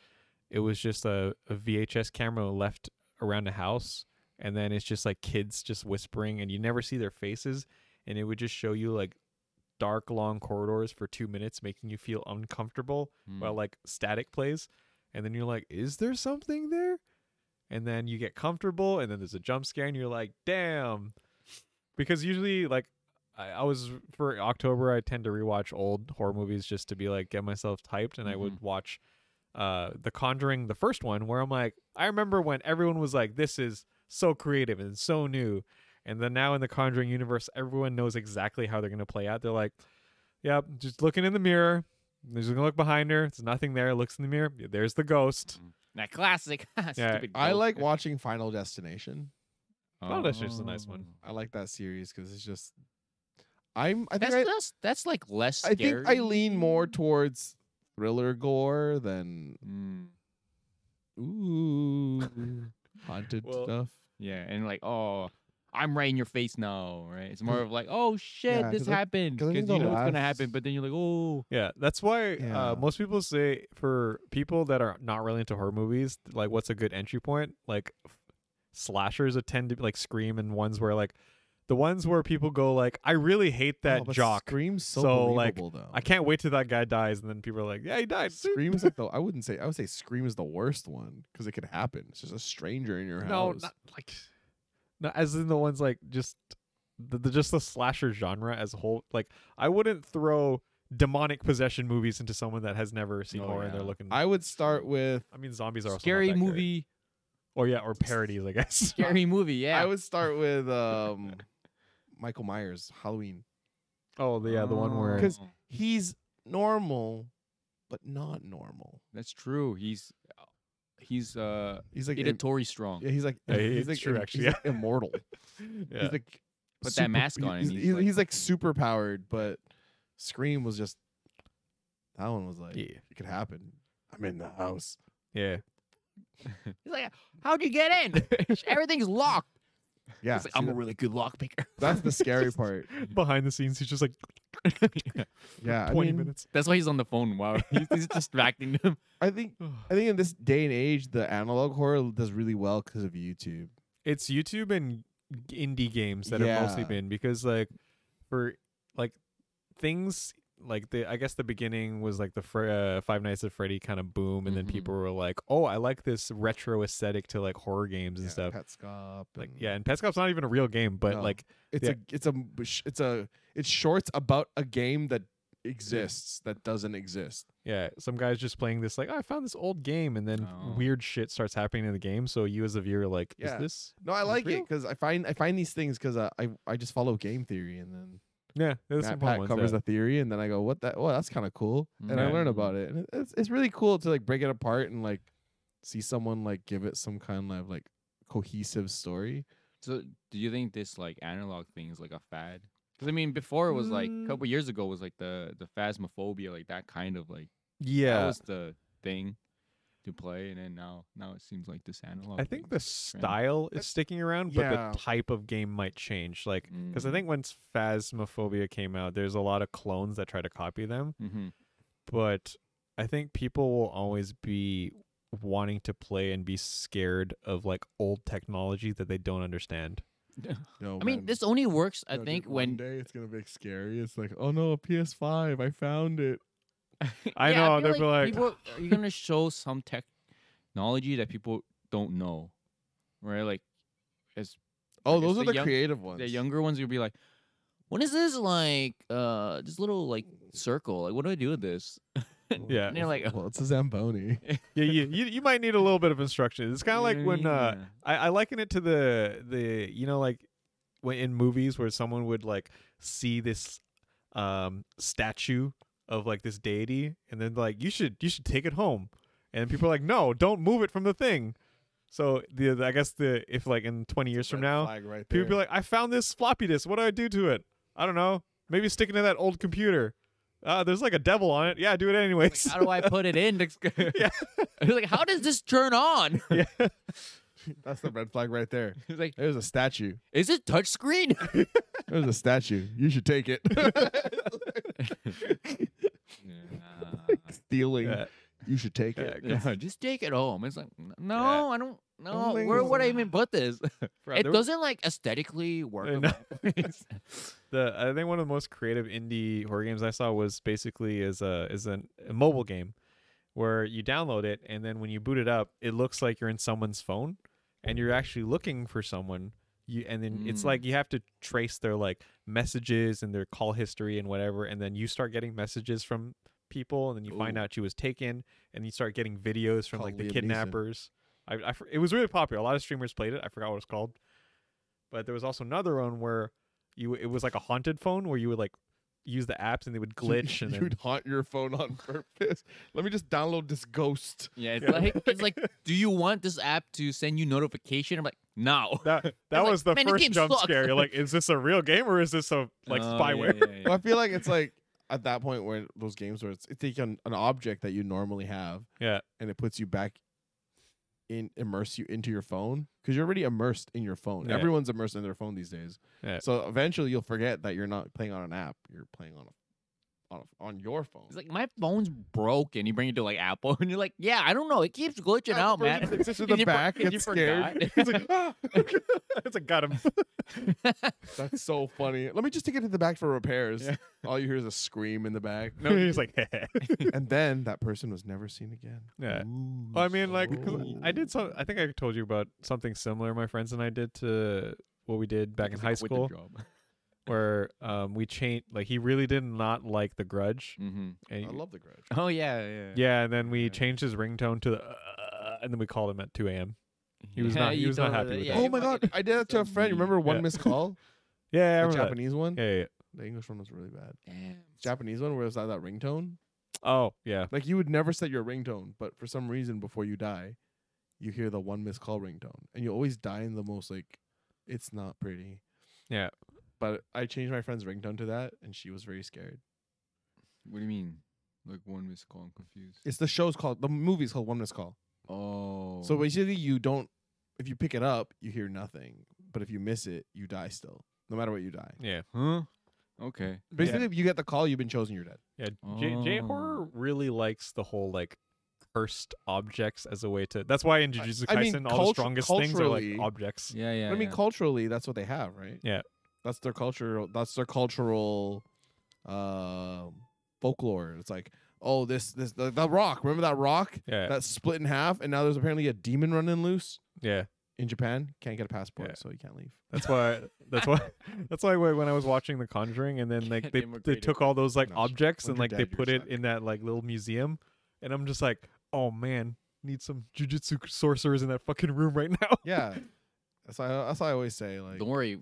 Speaker 3: it was just a, a VHS camera left around a house, and then it's just like kids just whispering, and you never see their faces, and it would just show you like dark long corridors for two minutes, making you feel uncomfortable
Speaker 5: Hmm.
Speaker 3: while like static plays and then you're like is there something there and then you get comfortable and then there's a jump scare and you're like damn because usually like I, I was for october i tend to rewatch old horror movies just to be like get myself typed and i would watch uh the conjuring the first one where i'm like i remember when everyone was like this is so creative and so new and then now in the conjuring universe everyone knows exactly how they're going to play out they're like yep just looking in the mirror She's gonna look behind her. There's nothing there. Looks in the mirror. Yeah, There's the ghost.
Speaker 5: That classic. Stupid
Speaker 4: I
Speaker 5: goat.
Speaker 4: like watching Final Destination.
Speaker 3: Oh, that's just a nice one.
Speaker 4: I like that series because it's just. I'm. I think
Speaker 5: That's
Speaker 4: I,
Speaker 5: that's, that's like less
Speaker 4: I think I
Speaker 5: scary.
Speaker 4: lean more towards thriller gore than
Speaker 5: Mm,
Speaker 4: ooh haunted
Speaker 3: Well,
Speaker 4: stuff.
Speaker 5: yeah, and like oh, I'm right in your face now, right? It's more of like oh shit,
Speaker 4: Yeah,
Speaker 5: this
Speaker 4: 'cause I-
Speaker 5: happened
Speaker 4: 'cause I
Speaker 5: because
Speaker 4: think
Speaker 5: you know
Speaker 4: the
Speaker 5: what's gonna happen,
Speaker 4: last-
Speaker 5: but then you're like oh
Speaker 3: Yeah, that's why
Speaker 4: Yeah.
Speaker 3: Uh, most people say for people that are not really into horror movies, like what's a good entry point? Like f- slashers tend to like scream and ones where like the ones where people go like, I really hate that
Speaker 4: Oh, but
Speaker 3: jock.
Speaker 4: Scream's so,
Speaker 3: So, like,
Speaker 4: believable though.
Speaker 3: I can't wait till that guy dies, and then people are like, Yeah, he died.
Speaker 4: Scream's like though. I wouldn't say. I would say Scream is the worst one because it could happen. It's just a stranger in your
Speaker 3: no,
Speaker 4: house.
Speaker 3: not like, no, as in the ones like just the, the just the slasher genre as a whole. Like, I wouldn't throw demonic possession movies into someone that has never seen
Speaker 5: Oh,
Speaker 3: horror and they're
Speaker 5: yeah.
Speaker 3: looking.
Speaker 4: I would start with.
Speaker 3: I mean, zombies are also not
Speaker 5: scary
Speaker 3: that great.
Speaker 5: movie,
Speaker 3: or yeah, or parodies, I guess.
Speaker 5: scary movie, yeah.
Speaker 4: I would start with um, Michael Myers Halloween.
Speaker 3: Oh, the- yeah, the one where
Speaker 4: 'Cause-
Speaker 5: Oh,
Speaker 4: He's normal, but not normal.
Speaker 5: that's true. He's he's uh
Speaker 4: He's like im-
Speaker 5: Itatori strong.
Speaker 4: yeah, he's like
Speaker 3: Yeah, he-
Speaker 4: he's
Speaker 3: it's
Speaker 4: like
Speaker 3: true,
Speaker 4: im-
Speaker 3: actually,
Speaker 4: he's like immortal.
Speaker 3: yeah.
Speaker 4: He's like
Speaker 5: Put that mask on
Speaker 4: He's,
Speaker 5: and he's
Speaker 4: he's,
Speaker 5: like-
Speaker 4: he's, like super powered, but Scream was just that one was like
Speaker 3: Yeah.
Speaker 4: it could happen. I'm in the house.
Speaker 3: yeah,
Speaker 5: He's like, how'd you get in? Everything's locked.
Speaker 4: Yeah,
Speaker 5: He's like,
Speaker 4: see,
Speaker 5: I'm a
Speaker 4: that-
Speaker 5: really good lock picker.
Speaker 4: that's the scary part.
Speaker 3: behind the scenes, he's just like
Speaker 4: Yeah, I
Speaker 3: twenty
Speaker 4: mean,
Speaker 3: minutes.
Speaker 5: That's why he's on the phone. Wow, he's, he's distracting them.
Speaker 4: I think I think in this day and age, the analog horror does really well because of YouTube.
Speaker 3: it's YouTube and g- indie games that have mostly
Speaker 4: Yeah.
Speaker 3: been because like for like things like the I guess the beginning was like the Fre- uh, Five Nights at Freddy kind of boom, and then
Speaker 5: Mhm.
Speaker 3: people were like, "Oh, I like this retro aesthetic to like horror games and
Speaker 4: Yeah,
Speaker 3: stuff."
Speaker 4: Petscop,
Speaker 3: like
Speaker 4: and-
Speaker 3: yeah, and Petscop's not even a real game, but
Speaker 4: No.
Speaker 3: like
Speaker 4: it's
Speaker 3: yeah.
Speaker 4: a it's a b- sh- it's a it's shorts about a game that exists that doesn't exist.
Speaker 3: yeah, some guys just playing this like, oh, "I found this old game," and then
Speaker 5: Oh.
Speaker 3: weird shit starts happening in the game. So you as a viewer, are like,
Speaker 4: Yeah.
Speaker 3: is this?
Speaker 4: No, I
Speaker 3: Is it
Speaker 4: like it
Speaker 3: real?
Speaker 4: because I find I find these things because I, I I just follow game theory and then
Speaker 3: Yeah, there's some
Speaker 4: Matt
Speaker 3: fun
Speaker 4: Pat
Speaker 3: ones,
Speaker 4: covers
Speaker 3: yeah.
Speaker 4: the theory and then I go what that well that's kind of cool and I learn
Speaker 5: Yeah.
Speaker 4: about it and it- it's it's really cool to like break it apart and like see someone like give it some kind of like cohesive story.
Speaker 5: So, do you think this like analog thing is like a fad? Because I mean, before it was like a
Speaker 3: Mm.
Speaker 5: couple years ago was like the the phasmophobia, like that kind of like
Speaker 3: yeah.
Speaker 5: that was the thing. to play, and then now now it seems like this analog.
Speaker 3: I think
Speaker 5: thing
Speaker 3: the
Speaker 5: is trend.
Speaker 3: style is sticking around, but
Speaker 4: Yeah.
Speaker 3: the type of game might change. Like, because I
Speaker 5: Mm.
Speaker 3: think once Phasmophobia came out, there's a lot of clones that try to copy them.
Speaker 5: Mhm.
Speaker 3: But I think people will always be wanting to play and be scared of like old technology that they don't understand.
Speaker 4: No,
Speaker 5: I mean,
Speaker 4: man.
Speaker 5: this only works, I
Speaker 4: No, dude,
Speaker 5: think,
Speaker 4: one
Speaker 5: when
Speaker 4: day it's gonna be scary. It's like, oh no, a PS5, I found it.
Speaker 3: I know,
Speaker 5: feel
Speaker 3: they'd be like-
Speaker 5: people, are you gonna show some technology that people don't know, right? Like, as
Speaker 4: Oh,
Speaker 5: I guess
Speaker 4: those are
Speaker 5: the
Speaker 4: the
Speaker 5: young-
Speaker 4: creative ones.
Speaker 5: the younger ones, you'll be like, "What is this? Like, uh, this little like circle? Like, what do I do with this?"
Speaker 3: Yeah.
Speaker 5: And you're like,
Speaker 4: well, it's a Zamboni.
Speaker 3: yeah, you, you you might need a little bit of instruction. It's kind of like when uh,
Speaker 5: Yeah.
Speaker 3: I, I liken it to the the you know like when in movies where someone would like see this um statue of like this deity and then like you should you should take it home and people are like no don't move it from the thing so the, the- I guess the if like in 20 years from
Speaker 4: Red
Speaker 3: now
Speaker 4: flag right
Speaker 3: people be
Speaker 4: there.
Speaker 3: like I found this floppy disk what do I do to it I don't know maybe stick it in that old computer uh there's like a devil on it yeah do it anyways
Speaker 5: how do I put it in?
Speaker 3: Yeah.
Speaker 5: yeah. like, how does this turn on?
Speaker 4: that's the red flag right there.
Speaker 5: It's like,
Speaker 4: There's a statue.
Speaker 5: is it touch screen?
Speaker 4: There's a statue. You should take it. Stealing.
Speaker 3: Yeah.
Speaker 4: You should take
Speaker 3: Yeah,
Speaker 4: it.
Speaker 5: Yeah, just take it home. It's like, "N- no, I don't know.
Speaker 4: think
Speaker 5: Where
Speaker 4: it's-
Speaker 5: would I even put this?
Speaker 3: Bro,
Speaker 5: It
Speaker 3: there-
Speaker 5: doesn't like aesthetically work.
Speaker 3: I
Speaker 5: on
Speaker 3: know.
Speaker 5: my face.
Speaker 3: the I think one of the most creative indie horror games I saw was basically is a is an, a mobile game where you download it and then when you boot it up, it looks like you're in someone's phone and you're actually looking for someone. You and then it's
Speaker 5: Mm.
Speaker 3: like you have to trace their like messages and their call history and whatever, and then you start getting messages from people, and then you find
Speaker 5: Ooh.
Speaker 3: out she was taken, and you start getting videos from
Speaker 4: Called
Speaker 3: like the
Speaker 4: Liam Neeson.
Speaker 3: kidnappers. I, I fr- it was really popular. A lot of streamers played it. I forgot what it's called, but there was also another one where you it was like a haunted phone where you would like use the apps and they would glitch and then
Speaker 4: You'd haunt your phone on purpose. Let me just download this ghost.
Speaker 5: yeah, it's like it's like, do you want this app to send you notification? I'm like, no.
Speaker 3: that that
Speaker 5: like,
Speaker 3: was the
Speaker 5: "Man, the
Speaker 3: first
Speaker 5: game
Speaker 3: jump
Speaker 5: sucks."
Speaker 3: scare. You're like, is this a real game or is this a like
Speaker 5: Oh, yeah,
Speaker 3: spyware?
Speaker 5: yeah, yeah.
Speaker 4: Well, I feel like it's like at that point where those games where it's, it's like an, an object that you normally have.
Speaker 3: Yeah.
Speaker 4: And it puts you back in, immerse you into your phone because you're already immersed in your phone.
Speaker 3: Yeah.
Speaker 4: Everyone's immersed in their phone these days.
Speaker 3: Yeah.
Speaker 4: So eventually you'll forget that you're not playing on an app. You're playing on a, on, a, on your phone.
Speaker 5: It's like my phone's broken. You bring it to like Apple, and you're like, "Yeah, I don't know. It keeps glitching out, man."
Speaker 4: It's just in
Speaker 5: And
Speaker 4: the
Speaker 5: you for-
Speaker 4: back.
Speaker 5: and you
Speaker 4: gets scared.
Speaker 5: forgot.
Speaker 4: It's like, ah.
Speaker 3: it's like got him.
Speaker 4: That's so funny. Let me just take it to the back for repairs.
Speaker 5: Yeah.
Speaker 4: All you hear is a scream in the back.
Speaker 3: No, he's like,
Speaker 4: and then that person was never seen again.
Speaker 3: yeah.
Speaker 5: Ooh,
Speaker 3: Well, I mean, like, 'cause I did
Speaker 5: so-
Speaker 3: some. I think I told you about something similar. My friends and I did to what we did back in high school, where um we changed. Like, he really did not like The Grudge,
Speaker 5: Mm-hmm.
Speaker 3: and
Speaker 4: I love the grudge.
Speaker 5: Oh yeah, yeah.
Speaker 3: yeah, and then we
Speaker 5: Yeah.
Speaker 3: changed his ringtone to the, uh, and then we called him at 2 a.m. He was not- he
Speaker 5: you
Speaker 3: was not
Speaker 5: told her
Speaker 3: happy
Speaker 5: that-
Speaker 3: with
Speaker 5: yeah,
Speaker 3: that.
Speaker 5: you
Speaker 4: oh my
Speaker 5: fucking-
Speaker 4: god, I did that to a
Speaker 5: so
Speaker 4: friend. You Remember
Speaker 5: mean.
Speaker 4: one
Speaker 3: Yeah.
Speaker 4: missed call?
Speaker 3: Yeah, I
Speaker 4: the
Speaker 3: remember that.
Speaker 4: Japanese one.
Speaker 3: Yeah, yeah, yeah.
Speaker 4: The English one was really bad.
Speaker 5: Damn.
Speaker 4: Japanese one where it's not that ringtone.
Speaker 3: Oh, yeah.
Speaker 4: Like you would never set your ringtone, but for some reason before you die, you hear the one missed call ringtone, and you always die in the most like, it's not pretty.
Speaker 3: Yeah.
Speaker 4: But I changed my friend's ringtone to that, and she was very scared.
Speaker 5: What do you mean? Like one missed call, I'm confused.
Speaker 4: It's the show's called the movie's called One Missed Call.
Speaker 5: Oh.
Speaker 4: So basically, you don't. If you pick it up, you hear nothing. But if you miss it, you die still, no matter what you die.
Speaker 3: Yeah.
Speaker 5: huh? Okay.
Speaker 4: Basically, if you get the call, you've been chosen. You're dead.
Speaker 3: Yeah, J, J
Speaker 5: Oh.
Speaker 3: horror really likes the whole like cursed objects as a way to. That's why in
Speaker 4: I-
Speaker 3: Jujutsu
Speaker 4: I mean,
Speaker 3: Kaisen, all the
Speaker 4: cultu-
Speaker 3: strongest things are like
Speaker 4: culturally-
Speaker 3: objects.
Speaker 5: Yeah, yeah.
Speaker 4: But I mean,
Speaker 5: yeah.
Speaker 4: culturally, that's what they have, right?
Speaker 3: Yeah.
Speaker 4: that's their cultural. That's their cultural uh, folklore. It's like, oh, this this the, the rock. Remember that rock
Speaker 3: Yeah,
Speaker 4: that's split in half, and now there's apparently a demon running loose
Speaker 3: yeah.
Speaker 4: in Japan. Can't get a passport,
Speaker 3: Yeah.
Speaker 4: so you can't leave.
Speaker 3: That's why. That's why. That's why when I was watching The Conjuring, and then like
Speaker 5: Can't
Speaker 3: they they
Speaker 5: immigrate it.
Speaker 3: took all those like
Speaker 4: No,
Speaker 3: objects and
Speaker 4: when
Speaker 3: like
Speaker 4: you're
Speaker 3: they
Speaker 4: dead, you're
Speaker 3: put it
Speaker 4: stuck.
Speaker 3: in that like little museum, and I'm just like, oh man, need some Jujutsu sorcerers in that fucking room right now.
Speaker 4: Yeah, that's why. That's why I always say like.
Speaker 5: don't worry.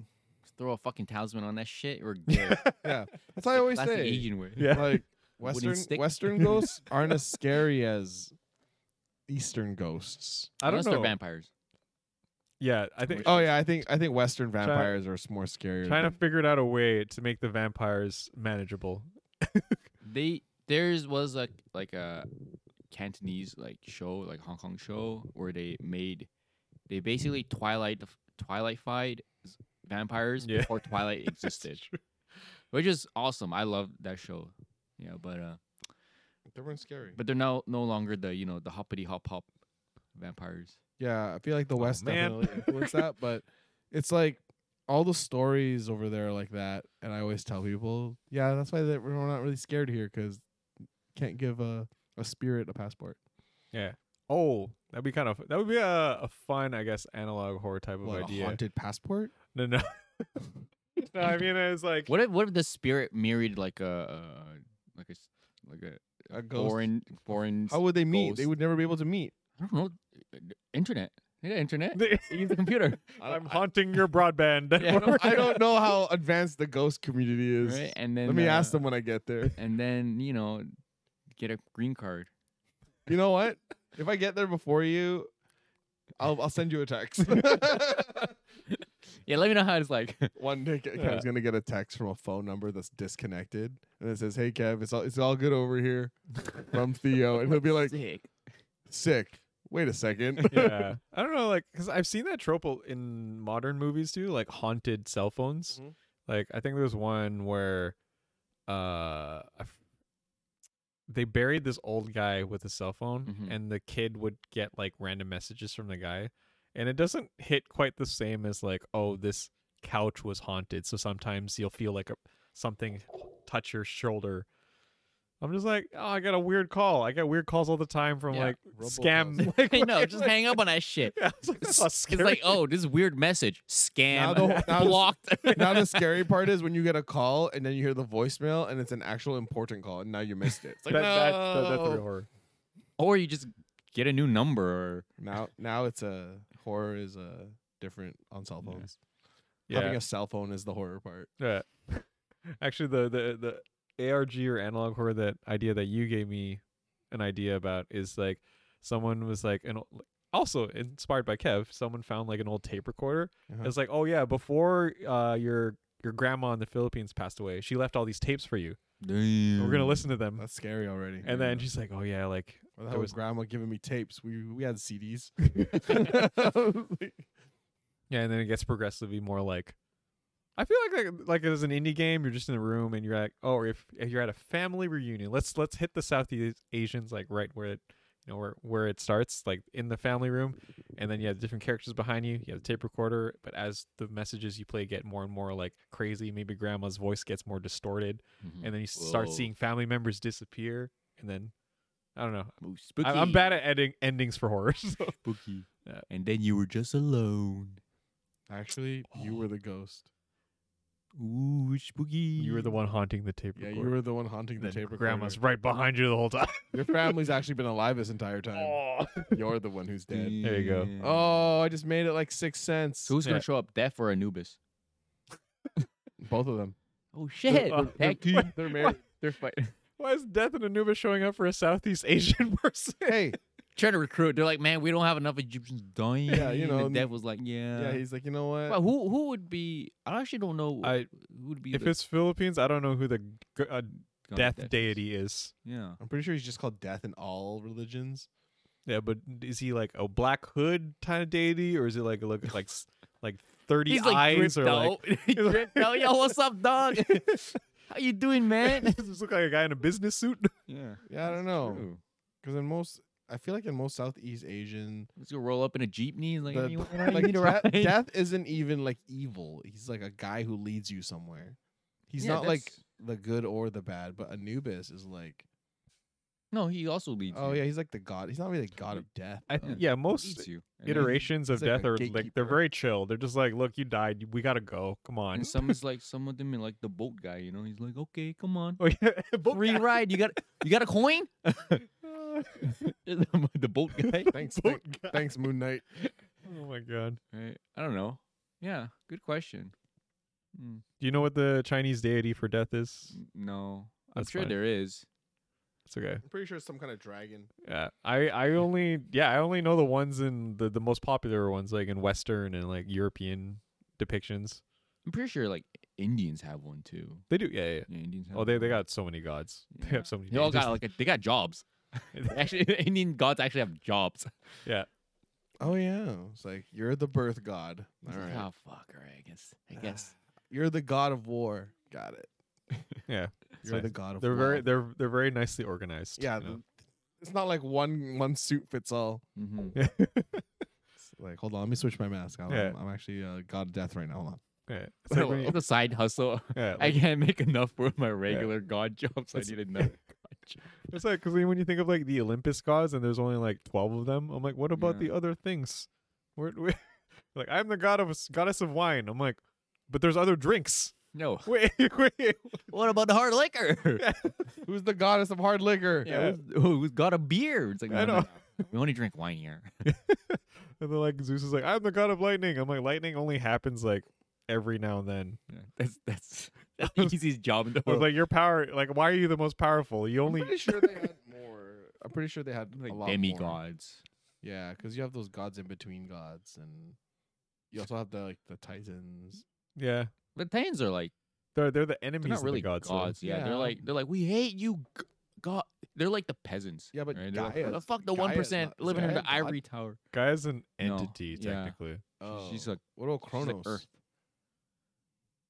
Speaker 5: Just Throw a fucking talisman on that shit or good.
Speaker 4: Yeah, that's why I always
Speaker 5: Classic
Speaker 4: say.
Speaker 5: Asian way.
Speaker 3: Yeah.
Speaker 4: like
Speaker 5: Wooden
Speaker 4: western
Speaker 5: stick.
Speaker 4: western ghosts aren't as scary as eastern ghosts
Speaker 3: I don't
Speaker 5: Unless
Speaker 3: know.
Speaker 5: they're vampires.
Speaker 3: yeah, I think
Speaker 4: oh yeah i think i think western vampires are s- more scary
Speaker 3: trying to figure out a way to make the vampires manageable.
Speaker 5: They theirs was like like a Cantonese like show, like Hong Kong show, where they made they basically Twilight Twilightified s- vampires
Speaker 3: Yeah.
Speaker 5: before Twilight existed, which is awesome. I love that show. Yeah, but uh,
Speaker 4: They weren't scary. But
Speaker 5: but they're now no longer the you know the hoppity hop hop vampires.
Speaker 4: yeah, I feel like the West
Speaker 3: man.
Speaker 4: definitely influenced that. But it's like all the stories over there are like that, and I always tell people, yeah, that's why that we're not really scared here because can't give a a spirit a passport.
Speaker 3: Yeah. Oh, that'd be kind of that would be a, a fun, I guess, analog horror type of
Speaker 4: What, a
Speaker 3: idea.
Speaker 4: haunted passport?
Speaker 3: No, no. no, I mean it's like
Speaker 5: What if what if the spirit married like a uh, like a s- like a
Speaker 4: A ghost?
Speaker 5: foreign foreign?
Speaker 4: How would they meet? They
Speaker 5: Ghost.
Speaker 4: would never be able to meet.
Speaker 5: I don't know. uh, Internet. They got internet. They use the computer.
Speaker 3: I'm haunting your broadband.
Speaker 5: Yeah.
Speaker 4: I don't know how advanced the ghost community is.
Speaker 5: Right? And then
Speaker 4: Let me ask
Speaker 5: uh,
Speaker 4: them when I get there.
Speaker 5: And then you know, get a green card.
Speaker 4: You know what? If I get there before you, I'll I'll send you a text.
Speaker 5: Yeah, let me know how it's like.
Speaker 4: One day, Ke- Kev's
Speaker 3: Yeah.
Speaker 4: gonna get a text from a phone number that's disconnected, and it says, "Hey, Kev, it's all it's all good over here." From Theo, and he'll be like,
Speaker 5: Sick.
Speaker 4: "Sick. Wait a second.
Speaker 3: yeah. I don't know, like, because I've seen that trope al- in modern movies too, like haunted cell phones.
Speaker 4: Mhm.
Speaker 3: Like, I think there's one where, uh, I f- they buried this old guy with a cell phone,
Speaker 5: Mhm.
Speaker 3: and the kid would get like random messages from the guy, and it doesn't hit quite the same as like, oh, this couch was haunted. So sometimes you'll feel like a something touch your shoulder. I'm just like, oh, I got a weird call. I get weird calls all the time from
Speaker 5: Yeah,
Speaker 3: like
Speaker 4: robocalls.
Speaker 3: scam. Like,
Speaker 5: Hey, no,
Speaker 3: like-
Speaker 5: just hang up on that shit.
Speaker 3: yeah, it's like, that's not
Speaker 5: It's
Speaker 3: scary.
Speaker 5: like, oh, this is weird message.
Speaker 4: Now
Speaker 5: Scam.
Speaker 4: the whole- now the-
Speaker 5: blocked.
Speaker 4: now the scary part is when you get a call and then you hear the voicemail and it's an actual important call and now you missed it. It's like
Speaker 3: That- that's, that- that's the
Speaker 4: oh, "No."
Speaker 3: real horror.
Speaker 5: or you just get a new number. Or
Speaker 4: now now it's a horror is a different on cell
Speaker 5: Yeah.
Speaker 4: phones. Having
Speaker 3: Yeah.
Speaker 4: a cell phone is the horror part.
Speaker 3: yeah. Actually, the, the the ARG or analog horror that idea that you gave me an idea about is like someone was like an ol- also inspired by Kev. Someone found like an old tape recorder.
Speaker 4: Uh-huh.
Speaker 3: It's like, oh yeah, before uh, your your grandma in the Philippines passed away, she left all these tapes for you.
Speaker 5: damn.
Speaker 3: We're gonna listen to them.
Speaker 4: That's scary already.
Speaker 3: And then she's like, oh yeah, like
Speaker 4: Well,
Speaker 3: there
Speaker 4: that was
Speaker 3: was-
Speaker 4: grandma giving me tapes. We we had CDs.
Speaker 3: Yeah, and then it gets progressively more like. I feel like like, like as an indie game, you're just in a room and you're like, oh, or if, if you're at a family reunion, let's let's hit the Southeast Asians like right where it, you know, where where it starts, like in the family room, and then you have different characters behind you. You have the tape recorder, but as the messages you play get more and more like crazy, maybe grandma's voice gets more distorted,
Speaker 5: Mhm.
Speaker 3: and then you s- start
Speaker 5: Whoa.
Speaker 3: seeing family members disappear, and then I don't know.
Speaker 5: Ooh,
Speaker 3: I,
Speaker 5: spooky.
Speaker 3: I'm bad at ending endings for horror. so-
Speaker 5: spooky.
Speaker 3: Yeah.
Speaker 5: And then you were just alone.
Speaker 4: Actually, you were the ghost.
Speaker 5: Ooh, spooky.
Speaker 3: You were the one haunting the tape
Speaker 4: Yeah,
Speaker 3: recorder.
Speaker 4: you were the one haunting the
Speaker 3: Then
Speaker 4: tape recorder.
Speaker 3: grandma's right behind you the whole time.
Speaker 4: Your family's actually been alive this entire time. You're the one who's dead.
Speaker 3: There you go.
Speaker 5: Damn.
Speaker 4: Oh, I just made it like six cents.
Speaker 5: So who's
Speaker 3: Yeah.
Speaker 5: gonna show up, Death or Anubis?
Speaker 4: Both of them.
Speaker 5: Oh shit!
Speaker 3: uh,
Speaker 5: Tag team.
Speaker 4: They're married.
Speaker 5: They're fighting.
Speaker 3: Why is Death and Anubis showing up for a Southeast Asian person?
Speaker 4: hey,
Speaker 5: Trying to recruit. They're like, man, we don't have enough Egyptians dying.
Speaker 4: Yeah, you know,
Speaker 5: And Death was like, yeah.
Speaker 4: yeah, he's like, you know what?
Speaker 5: Uh, Well, who who would be? I actually don't know.
Speaker 3: I-
Speaker 5: who would be
Speaker 3: If
Speaker 5: the
Speaker 3: it's Philippines, I don't know who the g- uh,
Speaker 5: god
Speaker 3: death
Speaker 5: that is.
Speaker 3: deity is.
Speaker 5: Yeah.
Speaker 4: I'm pretty sure he's just called death in all religions.
Speaker 3: Yeah, but is he like a black hood kind of deity, or is it like look like s- like thirty
Speaker 5: He's like
Speaker 3: eyes,
Speaker 5: dripped
Speaker 3: or like
Speaker 5: out. He dripped out. Yo, what's up, dog? How you doing, man?
Speaker 3: does this look like a guy in a business suit?
Speaker 5: yeah.
Speaker 4: Yeah, I don't know. Because in most, I feel like in most Southeast Asian,
Speaker 5: Let's go roll up in a jeepney. Like,
Speaker 4: the-
Speaker 5: "Hey, you wanna-
Speaker 4: like
Speaker 5: you need a
Speaker 4: death,
Speaker 5: ride?"
Speaker 4: death isn't even like evil. He's like a guy who leads you somewhere. He's
Speaker 5: Yeah,
Speaker 4: not like
Speaker 5: that's-
Speaker 4: the good or the bad, but Anubis is like,
Speaker 5: No, he also leads.
Speaker 4: oh
Speaker 5: you.
Speaker 4: yeah, he's like the god. He's not really the god of death.
Speaker 3: I,
Speaker 4: though.
Speaker 3: yeah,
Speaker 5: He leads
Speaker 3: most
Speaker 5: you. And then-
Speaker 3: iterations of
Speaker 4: he's like
Speaker 3: death
Speaker 4: a
Speaker 3: are like they're
Speaker 4: gatekeeper.
Speaker 3: very chill. They're just like, look, you died, we gotta go. Come on.
Speaker 5: And
Speaker 4: Mm-hmm.
Speaker 5: some is like some of them are like the boat guy. You know, he's like, okay, come on.
Speaker 3: Oh yeah, both
Speaker 5: Free
Speaker 3: guys.
Speaker 5: ride. You got you got a coin? the boat guy.
Speaker 4: Thanks,
Speaker 3: Boat
Speaker 4: thank-
Speaker 3: guy.
Speaker 4: thanks, Moon Knight.
Speaker 3: Oh my god.
Speaker 5: Right. I don't know. Yeah. Good question. Hmm,
Speaker 3: Do you know what the Chinese deity for death is?
Speaker 5: n- No. I'm
Speaker 3: That's
Speaker 5: sure
Speaker 3: fine.
Speaker 5: there is.
Speaker 3: It's okay.
Speaker 4: I'm pretty sure it's some kind of dragon.
Speaker 3: Yeah, I I only yeah I only know the ones in the the most popular ones like in Western and like European depictions.
Speaker 5: I'm pretty sure like Indians have one too.
Speaker 3: They do yeah yeah. yeah.
Speaker 5: Yeah, Indians have
Speaker 3: Oh they
Speaker 5: one.
Speaker 3: they got so many gods. They
Speaker 5: Yeah.
Speaker 3: have so many.
Speaker 5: They all
Speaker 3: deities.
Speaker 5: got like a, they got jobs. Actually, Indian gods actually have jobs.
Speaker 3: yeah.
Speaker 4: Oh yeah, it's like you're the birth god. All
Speaker 5: It's like,
Speaker 4: right,
Speaker 5: Oh fuck! All right, I guess. I guess.
Speaker 4: you're the god of war. Got it.
Speaker 3: Yeah.
Speaker 4: You're
Speaker 3: nice.
Speaker 4: the god of
Speaker 3: They're
Speaker 4: war.
Speaker 3: very they're they're very nicely organized.
Speaker 4: yeah.
Speaker 3: you know?
Speaker 4: th- It's not like one one suit fits all.
Speaker 5: hmm
Speaker 4: It's like, hold on, let me switch my mask. I'm,
Speaker 3: Yeah.
Speaker 4: I'm actually uh, god of death right now. Hold on.
Speaker 3: yeah. It's like
Speaker 5: So
Speaker 3: when you-
Speaker 5: it's a side hustle.
Speaker 3: yeah,
Speaker 5: I can't make enough for my regular god jobs. I
Speaker 3: It's-
Speaker 5: need another god job.
Speaker 3: It's like because when you think of like the Olympus gods and there's only like twelve of them, I'm like, what about
Speaker 5: Yeah.
Speaker 3: the other things? Where, where like I'm the god of goddess of wine. I'm like, but there's other drinks.
Speaker 5: No.
Speaker 3: Wait, wait.
Speaker 5: What about the hard liquor?
Speaker 4: Who's the goddess of hard liquor?
Speaker 5: Yeah, who's, who's got a beer? It's like
Speaker 3: I
Speaker 5: no, no,
Speaker 3: know.
Speaker 5: no. we only drink wine here.
Speaker 3: And then like Zeus is like, I'm the god of lightning. I'm like, lightning only happens like every now and then.
Speaker 5: Yeah, that's that's that's the easiest job in the
Speaker 3: I was
Speaker 5: world.
Speaker 3: like, your power. Like, why are you the most powerful? You
Speaker 4: I'm
Speaker 3: only.
Speaker 4: pretty sure they had more. I'm pretty sure they had a lot
Speaker 5: like
Speaker 4: more.
Speaker 5: demigods.
Speaker 4: Yeah, because you have those gods in between gods, and you also have the like the titans.
Speaker 3: Yeah,
Speaker 5: But Titans are like
Speaker 3: they're they're the enemies
Speaker 5: they're not
Speaker 3: of
Speaker 5: really
Speaker 3: the gods.
Speaker 5: gods.
Speaker 3: though.
Speaker 5: yeah.
Speaker 4: Yeah.
Speaker 5: they're like they're like we hate you, g- god. They're like the peasants.
Speaker 4: Yeah, but
Speaker 5: right? They're like,
Speaker 4: Gaia-
Speaker 5: the fuck the
Speaker 4: Gaia
Speaker 5: one
Speaker 4: is
Speaker 5: percent
Speaker 4: not-
Speaker 5: living in
Speaker 4: Gaia
Speaker 5: the
Speaker 4: a god?
Speaker 5: ivory tower.
Speaker 3: Gaia's an
Speaker 5: No,
Speaker 3: entity
Speaker 5: yeah.
Speaker 3: technically.
Speaker 4: Oh,
Speaker 5: She's like
Speaker 4: what about
Speaker 5: she's like
Speaker 4: Kronos?
Speaker 5: Earth.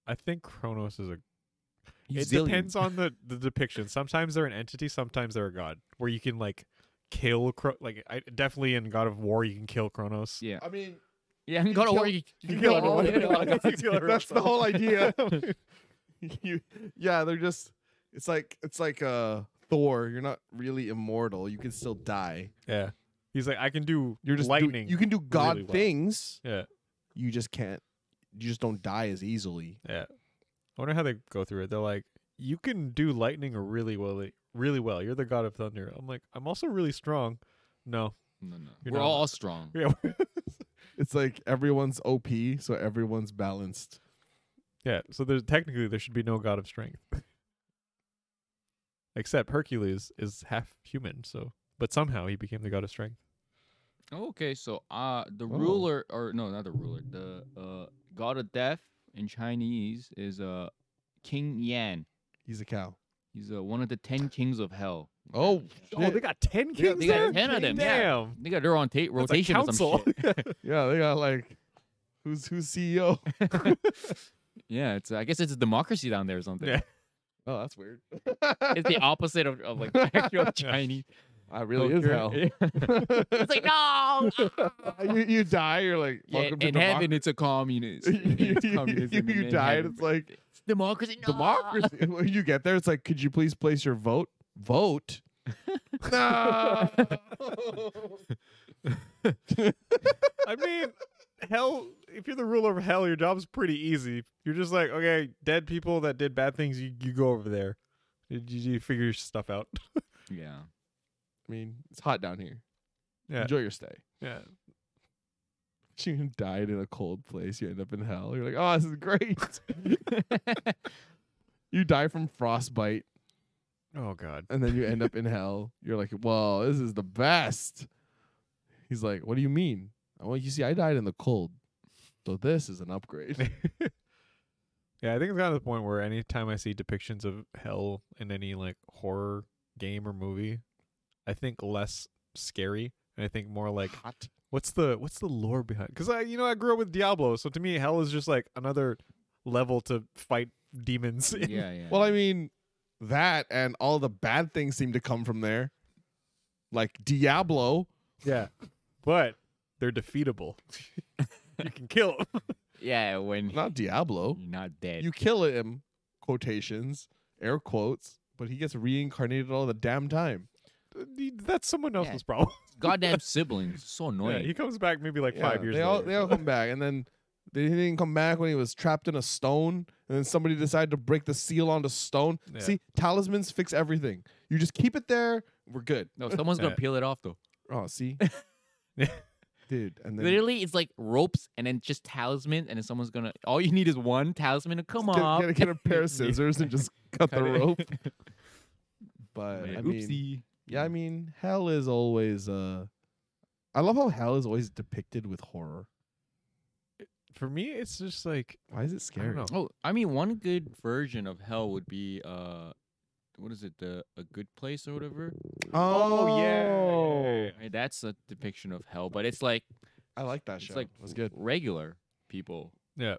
Speaker 3: I think Kronos is a
Speaker 5: He's
Speaker 3: it
Speaker 5: zillion.
Speaker 3: depends on the the depiction. Sometimes they're an entity, sometimes they're a god. Where you can like kill Kro- like I, definitely in God of War you can kill Kronos.
Speaker 5: Yeah,
Speaker 4: I mean,
Speaker 5: yeah. You gotta
Speaker 4: kill-
Speaker 5: worry. You,
Speaker 4: you
Speaker 5: kill
Speaker 4: kill
Speaker 5: everyone.
Speaker 4: everyone.
Speaker 5: You gotta-
Speaker 3: You kill everyone.
Speaker 4: that's the whole idea. you, yeah, they're just. It's like it's like uh Thor. You're not really immortal. You can still die.
Speaker 3: Yeah. He's like I can do
Speaker 4: You're just do-
Speaker 3: lightning.
Speaker 4: you can do god
Speaker 3: really well.
Speaker 4: things.
Speaker 3: Yeah.
Speaker 4: You just can't. You just don't die as easily.
Speaker 3: Yeah. I wonder how they go through it. They're like you can do lightning really well really well. You're the god of thunder. I'm like I'm also really strong. No.
Speaker 5: No, no.
Speaker 3: You're
Speaker 5: We're
Speaker 3: not-
Speaker 5: all strong.
Speaker 3: Yeah.
Speaker 4: It's like everyone's OP, so everyone's balanced.
Speaker 3: yeah. So there's technically there should be no god of strength. Except Hercules is half human, so but somehow he became the god of strength.
Speaker 5: Okay, so uh the
Speaker 4: Oh.
Speaker 5: ruler or no, not the ruler. The uh god of death in Chinese is uh King Yan.
Speaker 4: He's a cow.
Speaker 5: He's uh, one of the ten kings of hell.
Speaker 4: Oh,
Speaker 3: Oh, they got ten kings.
Speaker 5: they got
Speaker 3: there?
Speaker 5: 10 of them, yeah.
Speaker 3: Damn.
Speaker 5: They got they're on ta-
Speaker 3: That's like
Speaker 5: rotation or
Speaker 3: council.
Speaker 5: some shit.
Speaker 4: yeah, they got like, who's who's E CEO?
Speaker 5: Yeah, it's I guess it's a democracy down there or something.
Speaker 3: Yeah.
Speaker 4: Oh, that's weird.
Speaker 5: It's the opposite of, of like actual Chinese.
Speaker 4: I really is
Speaker 5: culture.
Speaker 4: hell.
Speaker 5: Yeah. it's like no.
Speaker 4: you, you die, you're like,
Speaker 5: Yeah,
Speaker 4: welcome to
Speaker 5: in
Speaker 4: democ-
Speaker 5: heaven, it's a communist. It's
Speaker 4: You-
Speaker 5: communism
Speaker 4: you
Speaker 5: in
Speaker 4: died,
Speaker 5: heaven,
Speaker 4: it's
Speaker 5: bro.
Speaker 4: like-
Speaker 5: It's democracy. No.
Speaker 4: democracy. when you get there, it's like, could you please place your vote? Vote? no.
Speaker 3: I mean, hell. If you're the ruler of hell, your job's pretty easy. You're just like, okay, dead people that did bad things, you, you go over there. You, you you figure your stuff out.
Speaker 5: Yeah.
Speaker 4: I mean, it's hot down here.
Speaker 3: Yeah.
Speaker 4: Enjoy your stay.
Speaker 3: Yeah.
Speaker 4: You died in a cold place. You end up in hell. You're like, oh, this is great. you die from frostbite,
Speaker 3: Oh God.
Speaker 4: and then you end up in hell. You're like, well, this is the best. He's like, what do you mean? Well, you see, I died in the cold, so this is an upgrade.
Speaker 3: Yeah, I think it's gotten to the point where anytime I see depictions of hell in any like horror game or movie, I think less scary and I think more like
Speaker 4: hot.
Speaker 3: what's the what's the lore behind because i you know i grew up with diablo so to me hell is just like another level to fight demons in.
Speaker 5: Yeah. Yeah.
Speaker 4: Well, I mean, that and all the bad things seem to come from there, like Diablo.
Speaker 3: yeah but they're defeatable you can kill them
Speaker 5: yeah. When
Speaker 4: Not Diablo.
Speaker 5: you're not dead.
Speaker 4: You kill him, quotations, air quotes, but he gets reincarnated all the damn time.
Speaker 3: that's someone
Speaker 5: Yeah.
Speaker 3: else's problem
Speaker 5: goddamn siblings. So
Speaker 3: yeah,
Speaker 5: annoying.
Speaker 3: he comes back maybe like
Speaker 4: Yeah,
Speaker 3: five years
Speaker 4: They all
Speaker 3: later,
Speaker 4: they all
Speaker 3: so-
Speaker 4: come back, and then they didn't come back when he was trapped in a stone, and then somebody decided to break the seal on the stone.
Speaker 3: Yeah.
Speaker 4: See, talismans fix everything. You just keep it there. We're good.
Speaker 5: no, someone's gonna
Speaker 3: Yeah.
Speaker 5: peel it off though.
Speaker 4: Oh, see, dude, and then
Speaker 5: Literally, it's like ropes and then just talisman, and then someone's gonna. All you need is one talisman to come
Speaker 4: get,
Speaker 5: off.
Speaker 4: get, get a pair of scissors and just cut the
Speaker 5: Cut it.
Speaker 4: rope. But
Speaker 5: Wait,
Speaker 4: I mean,
Speaker 5: Oopsie.
Speaker 4: yeah, I mean, hell is always. uh I love how hell is always depicted with horror.
Speaker 3: for me it's just like
Speaker 4: Why is it
Speaker 3: I
Speaker 4: scary?
Speaker 3: don't know.
Speaker 5: Oh, I mean, one good version of hell would be uh, what is it the a good place or whatever
Speaker 3: Oh, yeah, yeah,
Speaker 4: Oh.
Speaker 3: yeah.
Speaker 5: Right, that's a depiction of hell but it's like
Speaker 4: I like that
Speaker 5: It's
Speaker 4: show.
Speaker 5: like-
Speaker 4: it was good.
Speaker 5: regular people
Speaker 3: Yeah.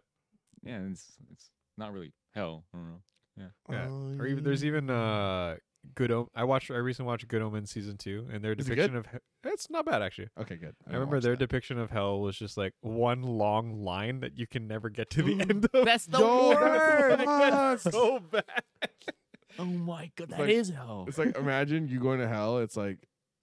Speaker 5: yeah it's it's not really hell I don't know
Speaker 3: Yeah.
Speaker 4: Oh,
Speaker 3: Or even there's even uh Good Om- I watched I recently watched Good Omens season two, and their
Speaker 4: Is it good?
Speaker 3: depiction of he- it's not bad actually.
Speaker 4: Okay, good.
Speaker 3: I, remember their depiction of hell was just like one long line that you can never get to the end of.
Speaker 5: that's the
Speaker 4: Yo,
Speaker 5: word
Speaker 4: that's nuts.
Speaker 3: so bad.
Speaker 5: oh my god that
Speaker 4: like-
Speaker 5: is hell
Speaker 4: It's like imagine you going to hell. It's like,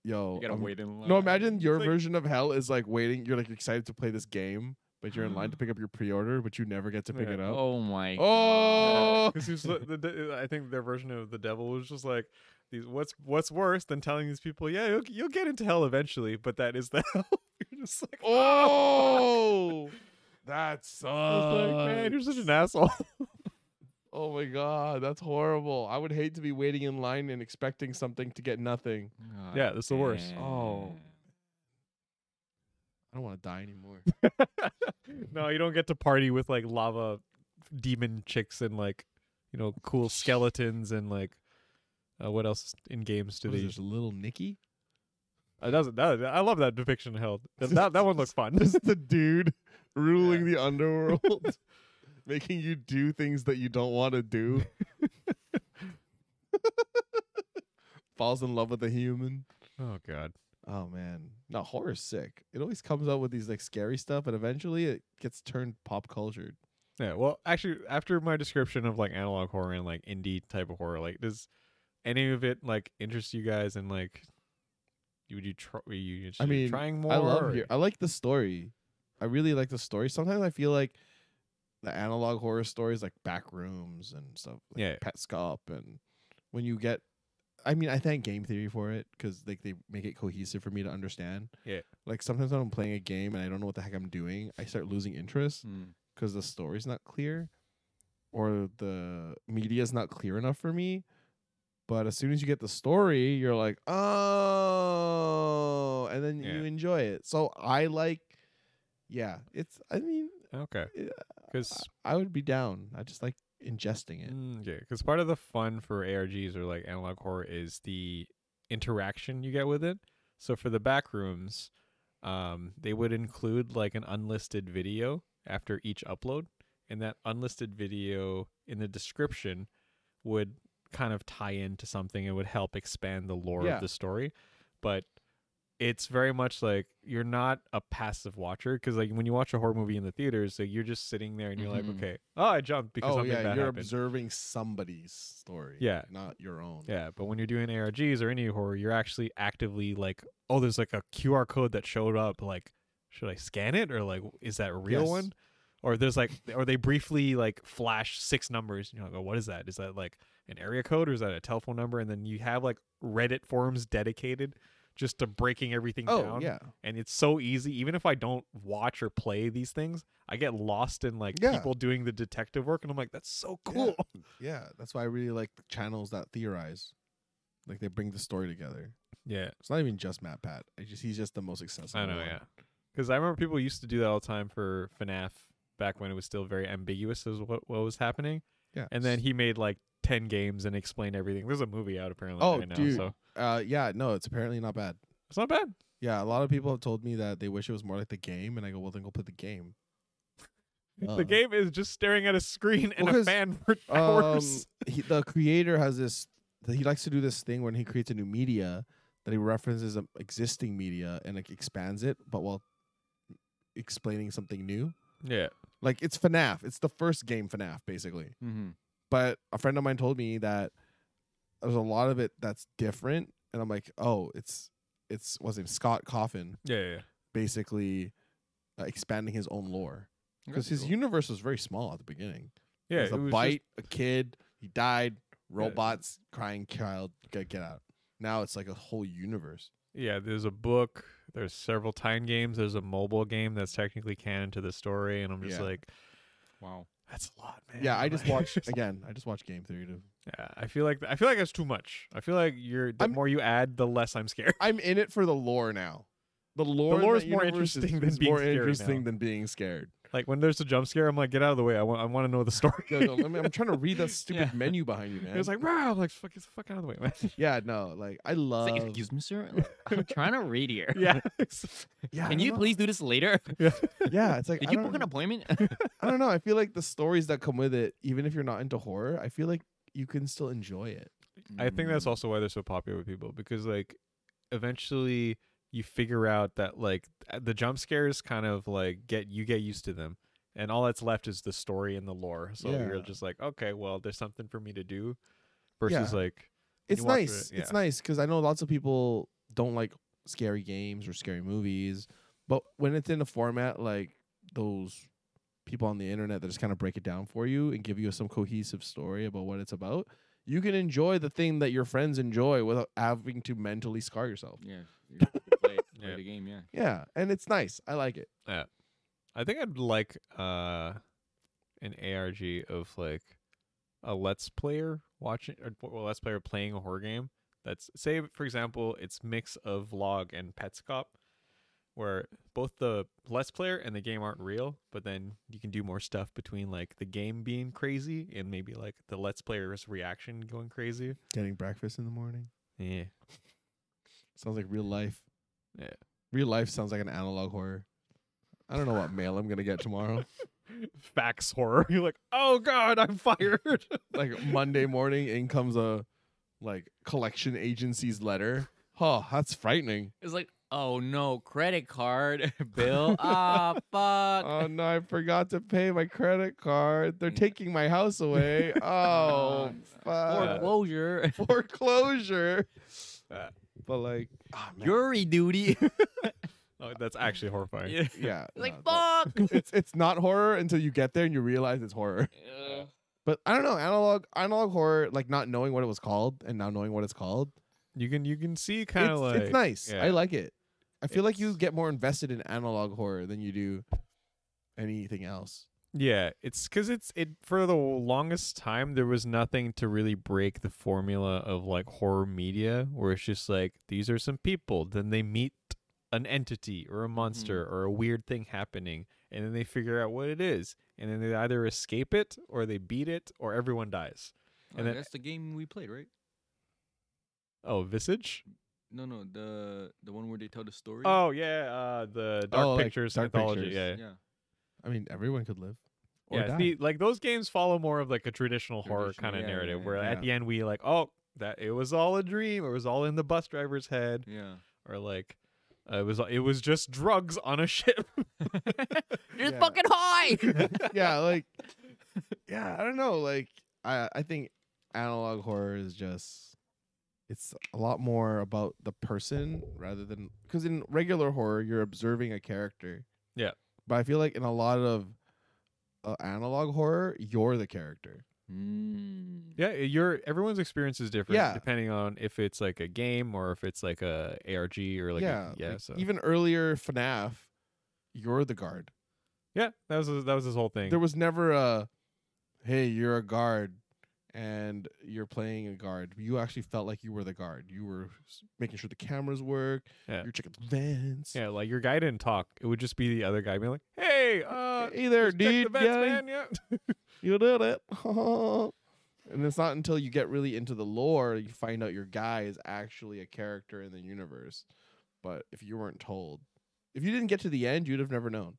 Speaker 4: yo,
Speaker 5: you gotta
Speaker 4: um,
Speaker 5: wait in line
Speaker 4: No, imagine your
Speaker 3: like-
Speaker 4: version of hell is like waiting. You're like excited to play this game, but you're in line to pick up your pre-order, but you never get to pick
Speaker 3: Yeah.
Speaker 4: it up.
Speaker 5: oh my
Speaker 4: Oh,
Speaker 3: Because he's li- the, de- I think their version of the devil was just like these. What's what's worse than telling these people, yeah, you'll, you'll get into hell eventually, but that is the hell. You're just like,
Speaker 4: oh, that sucks!
Speaker 3: I was
Speaker 4: Uh,
Speaker 3: like, man, you're such an asshole.
Speaker 4: oh my god, that's horrible. I would hate to be waiting in line and expecting something to get nothing.
Speaker 5: God
Speaker 3: Yeah, that's the worst.
Speaker 4: Oh.
Speaker 5: damn.
Speaker 4: I don't want to die anymore.
Speaker 3: no, you don't get to party with like lava demon chicks and like you know cool skeletons and like uh, what else in games do
Speaker 4: What is
Speaker 3: they?
Speaker 4: this, little Nicky?
Speaker 3: Uh, that's- that- I love that depiction of hell. That that, that one looked fun.
Speaker 4: Just the dude ruling the underworld, making you do things that you don't want to do. Falls in love with a human.
Speaker 3: oh god.
Speaker 4: Oh man, no horror's sick. It always comes out with these like scary stuff, and eventually it gets turned pop cultured.
Speaker 3: Yeah, well, actually, after my description of like analog horror and like indie type of horror, like does any of it like interest you guys? And like, you- would you try? Were you interested in
Speaker 4: mean,
Speaker 3: trying more?
Speaker 4: I love
Speaker 3: or-
Speaker 4: here. I like the story. I really like the story. Sometimes I feel like the analog horror stories, like Back Rooms and stuff, like
Speaker 3: Yeah.
Speaker 4: Pet Scop, and when you get, I mean, I thank Game Theory for it because like they make it cohesive for me to understand.
Speaker 3: Yeah.
Speaker 4: Like sometimes when I'm playing a game and I don't know what the heck I'm doing, I start losing interest
Speaker 5: Hmm.
Speaker 4: because the story's not clear, or the media's not clear enough for me. But as soon as you get the story, you're like, oh, and then
Speaker 3: Yeah.
Speaker 4: you enjoy it. So I like, yeah, it's. I mean,
Speaker 3: Okay,
Speaker 4: Yeah,
Speaker 3: because
Speaker 4: I would be down. I just like ingesting
Speaker 3: Mm,
Speaker 4: it.
Speaker 3: because part of the fun for ARGs or like analog horror is the interaction you get with it. So for the back rooms, um, they would include like an unlisted video after each upload, and that unlisted video in the description would kind of tie into something. It would help expand the lore
Speaker 4: Yeah.
Speaker 3: of the story, but it's very much like you're not a passive watcher because like when you watch a horror movie in the theaters, like you're just sitting there and you're
Speaker 5: Mhm.
Speaker 3: like, okay, oh, I jumped because
Speaker 4: Mm-hmm. oh
Speaker 3: something
Speaker 4: yeah,
Speaker 3: bad
Speaker 4: you're
Speaker 3: happened.
Speaker 4: observing somebody's story.
Speaker 3: Yeah.
Speaker 4: not your own.
Speaker 3: Yeah, but when you're doing ARGs or any horror, you're actually actively like, oh, there's like a QR code that showed up. Like, should I scan it or like, is that a real
Speaker 4: Yes.
Speaker 3: one? Or there's like, or they briefly like flash six numbers. And you're like, oh, what is that? Is that like an area code or is that a telephone number? And then you have like Reddit forums dedicated just to breaking everything
Speaker 4: Oh
Speaker 3: down.
Speaker 4: yeah.
Speaker 3: And it's so easy. Even if I don't watch or play these things, I get lost in like
Speaker 4: Yeah.
Speaker 3: people doing the detective work. And I'm like, that's so cool.
Speaker 4: Yeah, that's why I really like channels that theorize. Like they bring the story together.
Speaker 3: yeah.
Speaker 4: It's not even just Matt Pat. I just he's just the most accessible.
Speaker 3: I know,
Speaker 4: one.
Speaker 3: yeah. Because I remember people used to do that all the time for FNAF back when it was still very ambiguous as what what was happening.
Speaker 4: Yeah.
Speaker 3: And then he made like ten games and explained everything. There's a movie out apparently
Speaker 4: Oh,
Speaker 3: right now,
Speaker 4: dude.
Speaker 3: so
Speaker 4: uh yeah, no, it's apparently not bad.
Speaker 3: it's not bad.
Speaker 4: Yeah, a lot of people have told me that they wish it was more like the game and I go, "Well, then go play the game." Uh,
Speaker 3: The game is just staring at a screen and
Speaker 4: Well,
Speaker 3: a
Speaker 4: 'cause,
Speaker 3: fan for
Speaker 4: Um,
Speaker 3: hours.
Speaker 4: he, the creator has this th- he likes to do this thing when he creates a new media that he references um, existing media and like expands it but while explaining something new.
Speaker 3: Yeah.
Speaker 4: Like it's FNAF. It's the first game FNAF basically.
Speaker 3: Hmm. Mm-hmm.
Speaker 5: Mhm.
Speaker 4: but a friend of mine told me that there's a lot of it that's different and i'm like oh it's it's what's his name scott coffin
Speaker 3: Yeah. yeah.
Speaker 4: basically uh, expanding his own lore because
Speaker 5: That's
Speaker 4: his
Speaker 5: cool.
Speaker 4: universe was very small at the beginning
Speaker 3: Yeah,
Speaker 4: it was a
Speaker 3: it was
Speaker 4: bite a kid he died
Speaker 3: Yeah.
Speaker 4: robots crying child get, get out now it's like a whole universe
Speaker 3: Just, yeah, there's a book. There's several time games. There's a mobile game that's technically canon to the story, and I'm just
Speaker 4: Yeah.
Speaker 3: like,
Speaker 5: wow
Speaker 3: that's a lot, man.
Speaker 4: yeah i just
Speaker 3: Like-
Speaker 4: watched again i just watched game theory to
Speaker 3: Yeah, I feel like I feel like that's too much. I feel like you're the
Speaker 4: I'm-
Speaker 3: more you add, the less I'm scared.
Speaker 4: i'm in it for the lore now the lore, in
Speaker 3: lore
Speaker 4: that
Speaker 3: is more
Speaker 4: universe
Speaker 3: interesting
Speaker 4: is,
Speaker 3: than
Speaker 4: is
Speaker 3: being
Speaker 4: more
Speaker 3: scary
Speaker 4: interesting
Speaker 3: now.
Speaker 4: than being scared
Speaker 3: Like when there's a jump scare, I'm like, get out of the way. I want I want to know the story.
Speaker 4: Yo, yo, let me, I'm trying to read that stupid
Speaker 5: Yeah.
Speaker 4: menu behind you, man.
Speaker 3: it was like, rah, I'm like, fuck, get the fuck out of the way, man. Um,
Speaker 4: yeah, no, like I love.
Speaker 5: It's like, excuse me, sir. Like, I'm trying to read here.
Speaker 3: yeah.
Speaker 4: yeah, I
Speaker 5: Can
Speaker 4: don't
Speaker 5: you
Speaker 4: know.
Speaker 5: please do this later?
Speaker 3: yeah.
Speaker 4: Yeah, it's like
Speaker 5: Did
Speaker 4: I
Speaker 5: you
Speaker 4: don't
Speaker 5: book an appointment?
Speaker 4: I don't know. I feel like the stories that come with it, even if you're not into horror, I feel like you can still enjoy it.
Speaker 3: I think that's
Speaker 5: Mm.
Speaker 3: also why they're so popular with people because like eventually you figure out that like th- the jump scares kind of like get you get used to them and all that's left is the story and the lore. So you're
Speaker 4: Yeah.
Speaker 3: just like, okay, well, there's something for me to do versus
Speaker 4: Yeah.
Speaker 3: like you
Speaker 4: It's
Speaker 3: walk through
Speaker 4: nice.
Speaker 3: it, yeah.
Speaker 4: It's nice because I know lots of people don't like scary games or scary movies, but when it's in a format like those people on the internet that just kind of break it down for you and give you some cohesive story about what it's about, you can enjoy the thing that your friends enjoy without having to mentally scar yourself.
Speaker 5: Yeah. you Play, play
Speaker 3: Yeah.
Speaker 5: the game, yeah.
Speaker 4: Yeah, and it's nice. I like it.
Speaker 3: I think I'd like uh an ARG of like a let's player watching or well, let's player playing a horror game. That's say for example, it's mix of log and pets cop where both the let's player and the game aren't real, but then you can do more stuff between like the game being crazy and maybe like the let's player's reaction going crazy.
Speaker 4: Getting breakfast in the morning
Speaker 3: Yeah.
Speaker 4: sounds like real life.
Speaker 3: Yeah.
Speaker 4: Real life sounds like an analog horror. I don't know what mail I'm gonna get tomorrow.
Speaker 3: Facts horror. You're like, oh god, I'm fired.
Speaker 4: like Monday morning, in comes a like collection agency's letter. Oh, that's frightening.
Speaker 5: It's like, oh no, credit card bill. Ah, fuck.
Speaker 4: Oh no, I forgot to pay my credit card. They're
Speaker 5: Mm.
Speaker 4: taking my house away. Oh, fuck.
Speaker 5: Foreclosure.
Speaker 4: foreclosure.
Speaker 3: Uh,
Speaker 4: But like, ah, man,
Speaker 5: Jury duty.
Speaker 3: oh, that's actually horrifying.
Speaker 5: Yeah.
Speaker 4: yeah,
Speaker 5: Like,
Speaker 4: no,
Speaker 5: fuck.
Speaker 4: the- It's it's not horror until you get there and you realize it's horror. But I don't know, analog analog horror, like not knowing what it was called and now knowing what it's called.
Speaker 3: You can you can see kind
Speaker 4: It's,
Speaker 3: of like
Speaker 4: it's nice. I
Speaker 3: yeah.
Speaker 4: like it. I feel like you
Speaker 3: It's-
Speaker 4: get more invested in analog horror than you do anything else.
Speaker 3: Yeah, it's because it's it for the longest time there was nothing to really break the formula of like horror media, where it's just like these are some people, then they meet an entity or a
Speaker 4: Mm-hmm.
Speaker 3: monster or a weird thing happening, and then they figure out what it is, and then they either escape it or they beat it or everyone dies.
Speaker 5: and
Speaker 3: And then-
Speaker 5: that's the game we played, right?
Speaker 3: Oh, Visage.
Speaker 5: No, no, the the one where they tell the story.
Speaker 3: Oh yeah, uh, the Dark
Speaker 4: Oh, like
Speaker 3: Pictures
Speaker 4: Dark
Speaker 3: anthology.
Speaker 4: Pictures.
Speaker 3: Yeah,
Speaker 5: yeah.
Speaker 4: I mean, everyone could live. Or
Speaker 3: yeah.
Speaker 4: die.
Speaker 3: see, like those games follow more of like a traditional, horror
Speaker 5: Traditional,
Speaker 3: kind of
Speaker 5: yeah,
Speaker 3: narrative,
Speaker 5: yeah,
Speaker 3: where
Speaker 4: yeah.
Speaker 3: at the end we like, oh, that it was all a dream. It was all in the bus driver's head.
Speaker 5: Yeah.
Speaker 3: or like uh, it was it was just drugs on a ship.
Speaker 5: You're
Speaker 4: Yeah.
Speaker 5: fucking high.
Speaker 4: yeah, like yeah, I don't know. Like I I think analog horror is just it's a lot more about the person rather than because in regular horror you're observing a character.
Speaker 3: Yeah.
Speaker 4: But I feel like in a lot of uh, analog horror, you're the character.
Speaker 5: Mm.
Speaker 3: yeah, your everyone's experience is different
Speaker 4: Yeah.
Speaker 3: depending on if it's like a game or if it's like a ARG or like
Speaker 4: yeah,
Speaker 3: a, yeah.
Speaker 4: like,
Speaker 3: so
Speaker 4: even earlier FNAF, you're the guard.
Speaker 3: yeah, that was that was his whole thing.
Speaker 4: There was never a hey, you're a guard and you're playing a guard. You actually felt like you were the guard. You were s- making sure the cameras work.
Speaker 3: Yeah.
Speaker 4: You're checking the vents.
Speaker 3: yeah, like your guy didn't talk. It would just be the other guy being like, "Hey, uh,
Speaker 4: hey there,
Speaker 3: just check the
Speaker 4: dude.
Speaker 3: vents,
Speaker 4: guy.
Speaker 3: man, yeah."
Speaker 4: You did it. and it's not until you get really into the lore you find out your guy is actually a character in the universe. But if you weren't told, if you didn't get to the end, you'd have never known.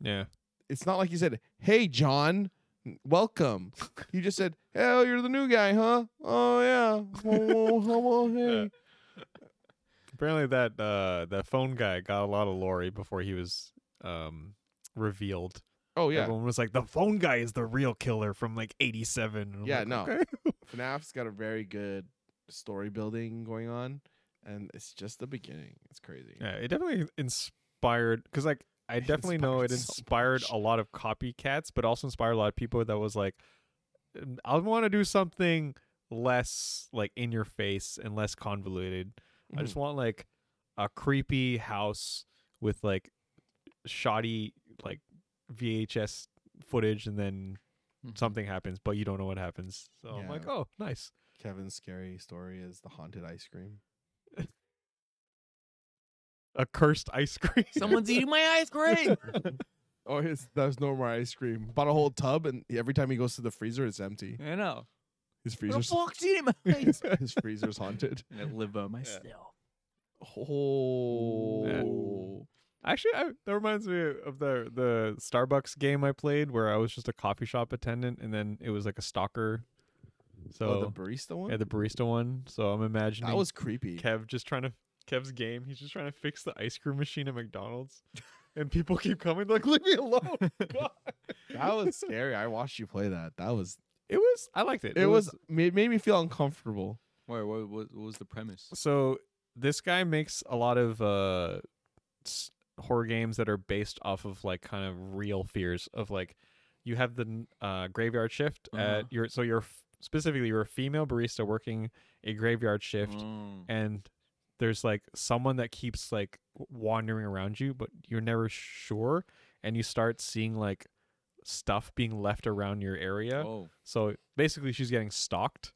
Speaker 3: yeah,
Speaker 4: it's not like you said, "Hey, John, welcome." you just said, "Oh, you're the new guy, huh? Oh yeah, oh, oh, oh, hey."
Speaker 3: Apparently that uh that phone guy got a lot of lorry before he was um revealed.
Speaker 4: oh yeah."
Speaker 3: Everyone was like, "The phone guy is the real killer from like '87."
Speaker 4: Yeah, no. FNAF's got a very good story building going on, and it's just the beginning. It's crazy.
Speaker 3: Yeah, it definitely inspired because like I
Speaker 4: It
Speaker 3: definitely know it
Speaker 4: inspired so
Speaker 3: inspired
Speaker 4: much.
Speaker 3: a lot of copycats, but also inspired a lot of people that was like, "Mm, I want to do something less like in your face and less convoluted. I
Speaker 4: Mm-hmm.
Speaker 3: just want like a creepy house with like shoddy like VHS footage, and then
Speaker 5: Mhm.
Speaker 3: something happens, but you don't know what happens. So I'm like,
Speaker 4: Mm-hmm. Yeah.
Speaker 3: oh, nice.
Speaker 4: Kevin's scary story is the haunted ice cream.
Speaker 3: A cursed ice cream.
Speaker 5: Someone's eating my ice cream.
Speaker 4: Or his Oh, there's no more ice cream. Bought a whole tub, and every time he goes to the freezer, it's empty.
Speaker 5: I know.
Speaker 4: His
Speaker 5: The
Speaker 4: freezer's
Speaker 5: fox eating my
Speaker 4: his, his freezer's haunted.
Speaker 5: I live by myself.
Speaker 4: Oh,
Speaker 3: Actually, I, that reminds me of the the Starbucks game I played where I was just a coffee shop attendant and then it was like a stalker. So
Speaker 4: oh, the barista one.
Speaker 3: yeah, the barista one. So I'm imagining
Speaker 4: that was creepy.
Speaker 3: Kev just trying to Kev's game. He's just trying to fix the ice cream machine at McDonald's, and people keep coming like, "Leave me alone." God.
Speaker 4: That was scary. I watched you play that. That was.
Speaker 3: It was. I liked it.
Speaker 4: It, was, Made, made me feel uncomfortable.
Speaker 5: Wait, what, what, what was the premise?
Speaker 3: So this guy makes a lot of uh s- horror games that are based off of like kind of real fears of like you have the n- uh graveyard shift
Speaker 5: Uh-huh.
Speaker 3: at your so you're f- specifically you're a female barista working a graveyard shift
Speaker 5: Oh.
Speaker 3: and there's like someone that keeps like w- wandering around you but you're never sure and you start seeing like stuff being left around your area
Speaker 5: Oh,
Speaker 3: so basically she's getting stalked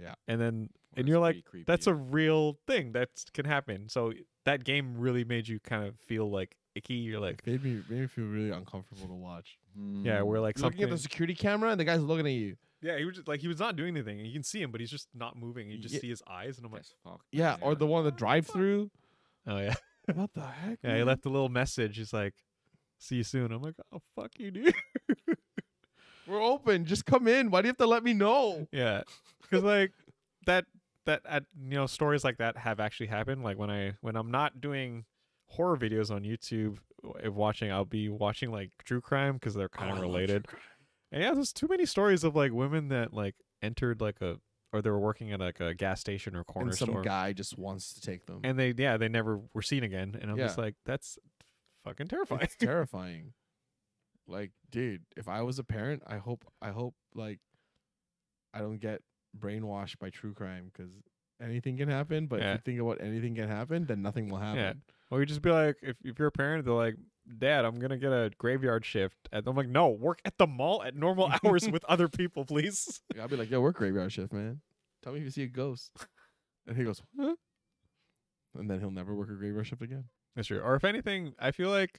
Speaker 4: Yeah.
Speaker 3: and then
Speaker 5: that's
Speaker 3: and you're like
Speaker 5: pretty creepy.
Speaker 3: that's a real thing that can happen. So that game really made you kind of feel like icky. You're like, mm,
Speaker 4: It made me made me feel really uncomfortable to watch.
Speaker 5: Hmm.
Speaker 3: yeah, we're like
Speaker 4: You're looking
Speaker 3: something.
Speaker 4: at the security camera, and the guy's looking at you.
Speaker 3: yeah, he was just, like he was not doing anything. You can see him, but he's just not moving. You just
Speaker 4: Ye-
Speaker 3: see his eyes, and I'm like,
Speaker 5: That's fucked.
Speaker 4: Yeah, or the one at the drive-through.
Speaker 3: oh yeah,
Speaker 4: what the heck?
Speaker 3: yeah. He
Speaker 4: man?
Speaker 3: left a little message. He's like, see you soon. I'm like, oh fuck you, dude.
Speaker 4: We're open. Just come in. Why do you have to let me know?
Speaker 3: yeah, because like that that at, you know stories like that have actually happened. Like when I when I'm not doing horror videos on YouTube, w- watching I'll be watching like true crime because
Speaker 4: Oh,
Speaker 3: they're kind of related. And yeah, there's too many stories of like women that like entered like a or they were working at like a gas station or corner
Speaker 4: and some
Speaker 3: store,
Speaker 4: guy just wants to take them.
Speaker 3: and they yeah they never were seen again. And I'm just
Speaker 4: Yeah.
Speaker 3: like that's fucking terrifying.
Speaker 4: it's terrifying. Like, dude, if I was a parent, I hope I hope like I don't get brainwashed by true crime because anything can happen. But
Speaker 3: Yeah.
Speaker 4: if you think about anything can happen, then nothing will happen.
Speaker 3: Or you just be like, if, if you're a parent, they're like, Dad, I'm gonna get a graveyard shift. And I'm like, No, work at the mall at normal hours with other people, please.
Speaker 4: I'll be like, yo, we're graveyard shift, man. Tell me if you see a ghost. and he goes, huh? And then he'll never work a graveyard shift again.
Speaker 3: That's true. Or if anything, I feel like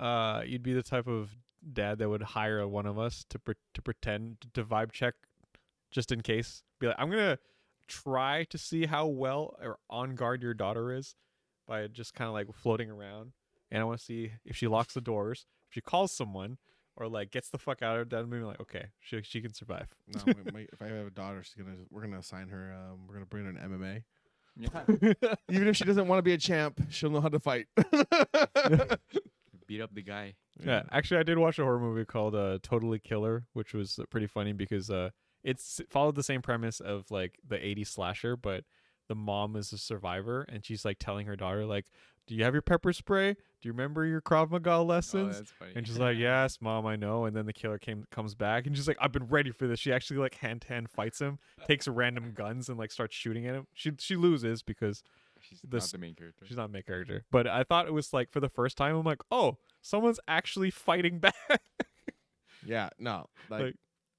Speaker 3: uh, you'd be the type of dad that would hire one of us to pre- to pretend to vibe check, just in case. Be like, I'm gonna try to see how well or on guard your daughter is by just kind of like floating around, and I want to see if she locks the doors, if she calls someone, or like gets the fuck out of that. Maybe like, okay, she she can survive.
Speaker 4: No, my, my, if I have a daughter, she's gonna we're gonna assign her. Um, we're gonna bring her an MMA.
Speaker 5: Yeah.
Speaker 4: Even if she doesn't want to be a champ, she'll know how to fight.
Speaker 5: Beat up the guy.
Speaker 3: Yeah, actually, I did watch a horror movie called uh, "Totally Killer," which was uh, pretty funny because uh, it's it followed the same premise of like the '80s slasher, but the mom is a survivor and she's like telling her daughter, like, "Do you have your pepper spray? Do you remember your Krav Maga lessons?"
Speaker 5: Oh, funny.
Speaker 3: and she's like, "Yes, mom, I know." And then the killer came comes back and she's like, "I've been ready for this." She actually like hand to hand fights him, takes random guns and like starts shooting at him. She she loses because
Speaker 5: she's
Speaker 3: this-
Speaker 5: not the main character.
Speaker 3: She's not a main character. But I thought it was like for the first time, I'm like, oh, someone's actually fighting back.
Speaker 4: yeah, no, like,
Speaker 3: Like-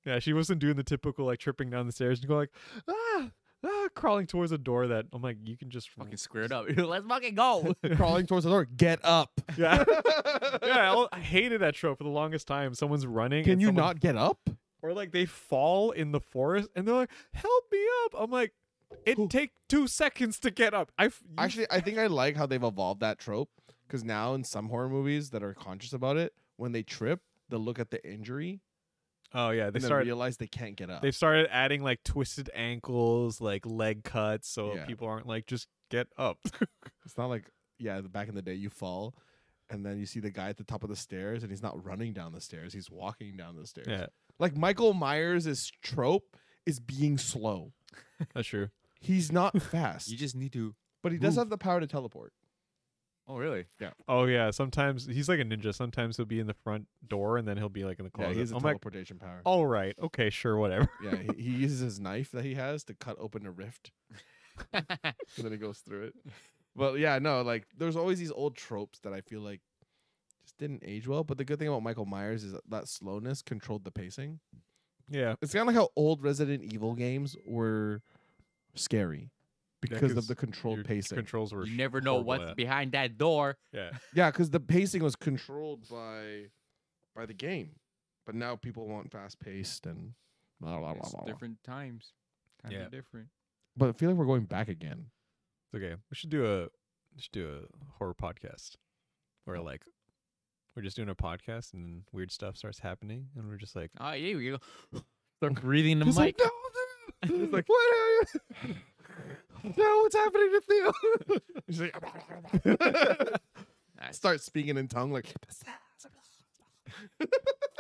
Speaker 3: yeah, she wasn't doing the typical like tripping down the stairs and going like, ah, ah, crawling towards a door that I'm like, you can just
Speaker 5: fucking squared up. Let's fucking go.
Speaker 4: crawling towards the door. Get up.
Speaker 3: Yeah. yeah, I'll- I hated that trope for the longest time. Someone's running.
Speaker 4: Can
Speaker 3: and
Speaker 4: you
Speaker 3: someone-
Speaker 4: not get up?
Speaker 3: Or like they fall in the forest and they're like, help me up. I'm like, it
Speaker 4: Who-
Speaker 3: take two seconds to get up. I
Speaker 4: Actually, I think I like how they've evolved that trope because now in some horror movies that are conscious about it, when they trip, they'll look at the injury
Speaker 3: oh yeah, they
Speaker 4: and then
Speaker 3: started
Speaker 4: realize they can't get up.
Speaker 3: They've started adding like twisted ankles, like leg cuts, so
Speaker 4: Yeah.
Speaker 3: people aren't like just get up.
Speaker 4: It's not like yeah, the, back in the day you fall. And then you see the guy at the top of the stairs, and he's not running down the stairs; he's walking down the stairs. Like Michael Myers' trope is being slow.
Speaker 3: that's true.
Speaker 4: He's not fast,
Speaker 5: you just need to.
Speaker 4: but he does
Speaker 5: move.
Speaker 4: have the power to teleport.
Speaker 5: Oh really? Yeah.
Speaker 3: Oh yeah, sometimes he's like a ninja. Sometimes he'll be in the front door and then he'll be like in the
Speaker 4: Yeah,
Speaker 3: closet.
Speaker 4: he has a
Speaker 3: I'm like,
Speaker 4: teleportation power.
Speaker 5: Oh.
Speaker 3: all right, okay, sure, whatever.
Speaker 4: Yeah, he, he uses his knife that he has to cut open a rift, and then he goes through it. But yeah, no, like there's always these old tropes that I feel like just didn't age well. But the good thing about Michael Myers is that, that slowness controlled the pacing.
Speaker 3: Yeah,
Speaker 4: It's kind of like how old Resident Evil games were scary because
Speaker 3: 'cause
Speaker 4: of the controlled
Speaker 3: your
Speaker 4: pacing.
Speaker 3: controls were.
Speaker 5: You never know
Speaker 3: horrible
Speaker 5: what's
Speaker 3: at.
Speaker 5: behind that door.
Speaker 3: yeah.
Speaker 4: yeah, because the pacing was controlled by by the game. But now people want fast paced and blah blah blah
Speaker 5: It's
Speaker 4: blah. blah.
Speaker 5: different times. Times
Speaker 3: Yeah.
Speaker 5: are different.
Speaker 4: But I feel like we're going back again.
Speaker 3: It's okay. We should do a we should do a horror podcast where like we're just doing a podcast and then weird stuff starts happening and we're just like
Speaker 5: Oh yeah, we go. Start breathing the
Speaker 3: He's like,
Speaker 5: mic.
Speaker 3: no, no. He's like, what are you? no, what's happening to Theo?
Speaker 4: He's like, start speaking in tongue like "Oh,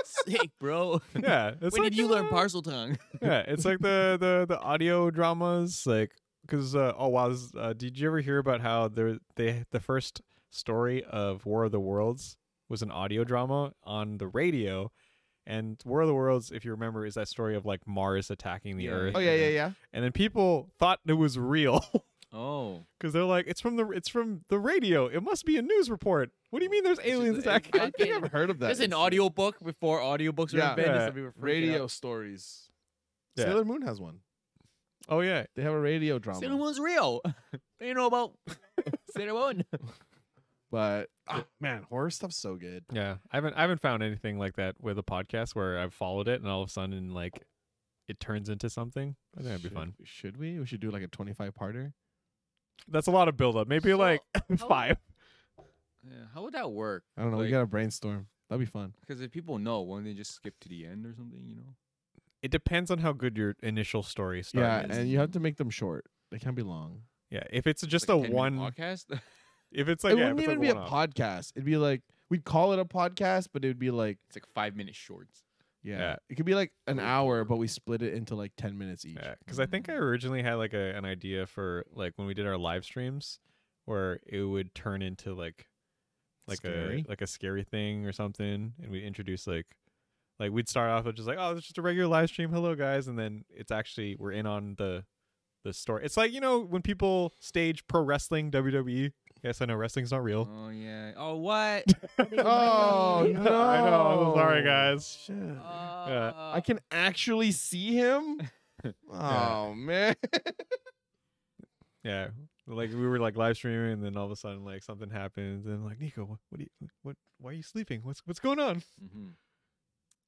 Speaker 5: Sick, bro.
Speaker 3: yeah. It's
Speaker 5: when
Speaker 3: like uh,
Speaker 5: did you learn
Speaker 3: the-
Speaker 5: parcel tongue?
Speaker 3: Yeah, it's like the the the audio dramas, like because uh, oh wow, this, uh, did you ever hear about how there they the first story of War of the Worlds was an audio drama on the radio, and War of the Worlds, if you remember, is that story of like Mars attacking the
Speaker 5: Yeah,
Speaker 3: Earth.
Speaker 4: Oh yeah, yeah, yeah.
Speaker 3: And then people thought it was real.
Speaker 5: Oh,
Speaker 3: Because they're like, it's from the it's from the radio. It must be a news report. What do you mean there's
Speaker 5: just
Speaker 3: aliens
Speaker 5: a-
Speaker 3: attacking?
Speaker 4: I think I've heard of that.
Speaker 5: that's an
Speaker 4: It's-
Speaker 5: audio book before audiobooks were
Speaker 4: Yeah.
Speaker 5: invented.
Speaker 3: Yeah.
Speaker 5: so we were freaking
Speaker 4: radio
Speaker 5: out.
Speaker 4: stories.
Speaker 3: Yeah.
Speaker 4: Sailor Moon has one.
Speaker 3: Oh yeah,
Speaker 4: They have a radio drama.
Speaker 5: Sailor Moon's real. they know about Sailor Moon.
Speaker 4: But ah, man, horror stuff's so good.
Speaker 3: yeah. I haven't I haven't found anything like that with a podcast where I've followed it and all of a sudden like it turns into something. I think that'd be
Speaker 4: Should-
Speaker 3: fun.
Speaker 4: Should we? We should do like a 25 parter.
Speaker 3: That's a lot of build up. Maybe
Speaker 5: So,
Speaker 3: like
Speaker 5: how-
Speaker 3: five.
Speaker 5: Yeah, how would that work?
Speaker 4: I don't know. we
Speaker 5: Like-
Speaker 4: gotta brainstorm. That'd be fun.
Speaker 5: Because if people know, won't they just skip to the end or something? You know.
Speaker 3: It depends on how good your initial story start
Speaker 4: Yeah,
Speaker 3: is.
Speaker 4: and you have to make them short. They can't be long.
Speaker 3: yeah, if it's just
Speaker 5: Like
Speaker 3: a
Speaker 5: 10-minute
Speaker 3: one,
Speaker 5: podcast.
Speaker 3: if it's like
Speaker 4: it
Speaker 3: yeah, if
Speaker 4: wouldn't
Speaker 3: it's
Speaker 4: even
Speaker 3: like
Speaker 4: be a
Speaker 3: one-off.
Speaker 4: podcast. It'd be like we'd call it a podcast, but it'd be like
Speaker 5: it's like five minute shorts.
Speaker 4: yeah,
Speaker 3: Yeah.
Speaker 4: it could be like an
Speaker 5: Or-
Speaker 4: hour, but we split it into like 10 minutes each.
Speaker 3: Yeah, because I think I originally had like a, an idea for like when we did our live streams, where it would turn into like, like
Speaker 4: Scary?
Speaker 3: a like a scary thing or something, and we introduce like, like we'd start off with just like, oh, it's just a regular live stream, hello guys, and then it's actually we're in on the, the story. It's like you know when people stage pro wrestling WWE. Yes, I know wrestling's not
Speaker 4: Uh-huh.
Speaker 3: real.
Speaker 5: Oh yeah. Oh what?
Speaker 4: Oh no!
Speaker 3: I know, I'm sorry, guys.
Speaker 4: Shit.
Speaker 5: Uh,
Speaker 4: I can actually see him. oh man!
Speaker 3: Yeah, like we were like live streaming, and then all of a sudden like something happens, and like Nico, what, what do you, what, why are you sleeping? What's what's going on?
Speaker 5: Mm-hmm.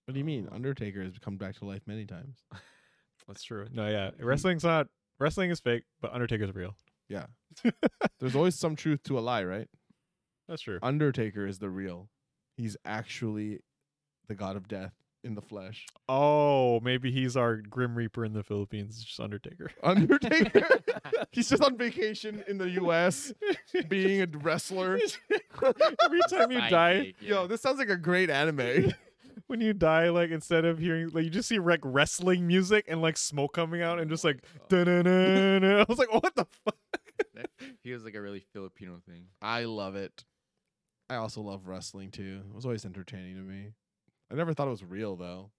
Speaker 4: What do you mean? Undertaker has come back to life many times.
Speaker 3: That's true. No, yeah, wrestling's not wrestling is fake, but Undertaker's real.
Speaker 4: There's always some truth to a lie, right?
Speaker 3: That's true.
Speaker 4: Undertaker is the real. He's actually the god of death in the flesh.
Speaker 3: Oh, maybe he's our Grim Reaper in the Philippines. It's just Undertaker.
Speaker 4: Undertaker. He's just on vacation in the U.S. being a wrestler.
Speaker 3: Every time you die,
Speaker 4: Yo, this sounds like a great anime.
Speaker 3: when you die, like instead of hearing, like you just see like wrestling music and like smoke coming out, and just like, da-na-na-na. I was like, what the fuck?
Speaker 5: that feels like a really Filipino thing.
Speaker 4: I love it. I also love wrestling too. It was always entertaining to me. I never thought it was real though.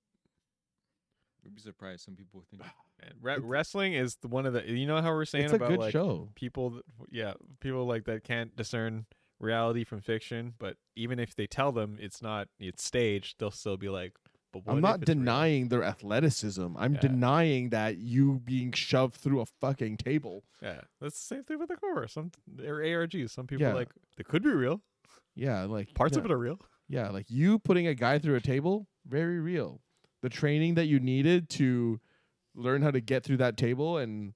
Speaker 5: You'd be surprised. Some people think.
Speaker 3: Re- wrestling is the- one of the. You know how we're saying
Speaker 4: it's a
Speaker 3: about
Speaker 4: good
Speaker 3: like
Speaker 4: show.
Speaker 3: people, that, yeah, people like that can't discern reality from fiction. But even if they tell them it's not, it's staged, they'll still be like, but what
Speaker 4: I'm
Speaker 3: if
Speaker 4: not
Speaker 3: it's real?
Speaker 4: denying their athleticism. I'm
Speaker 3: Yeah.
Speaker 4: denying that you being shoved through a fucking table.
Speaker 3: Yeah, that's the same thing with the core. Some or ARGs. Some people
Speaker 4: Yeah.
Speaker 3: like they could be real.
Speaker 4: Yeah, like
Speaker 3: Parts
Speaker 4: yeah.
Speaker 3: of it are real.
Speaker 4: Yeah, like you putting a guy through a table, very real. The training that you needed to learn how to get through that table and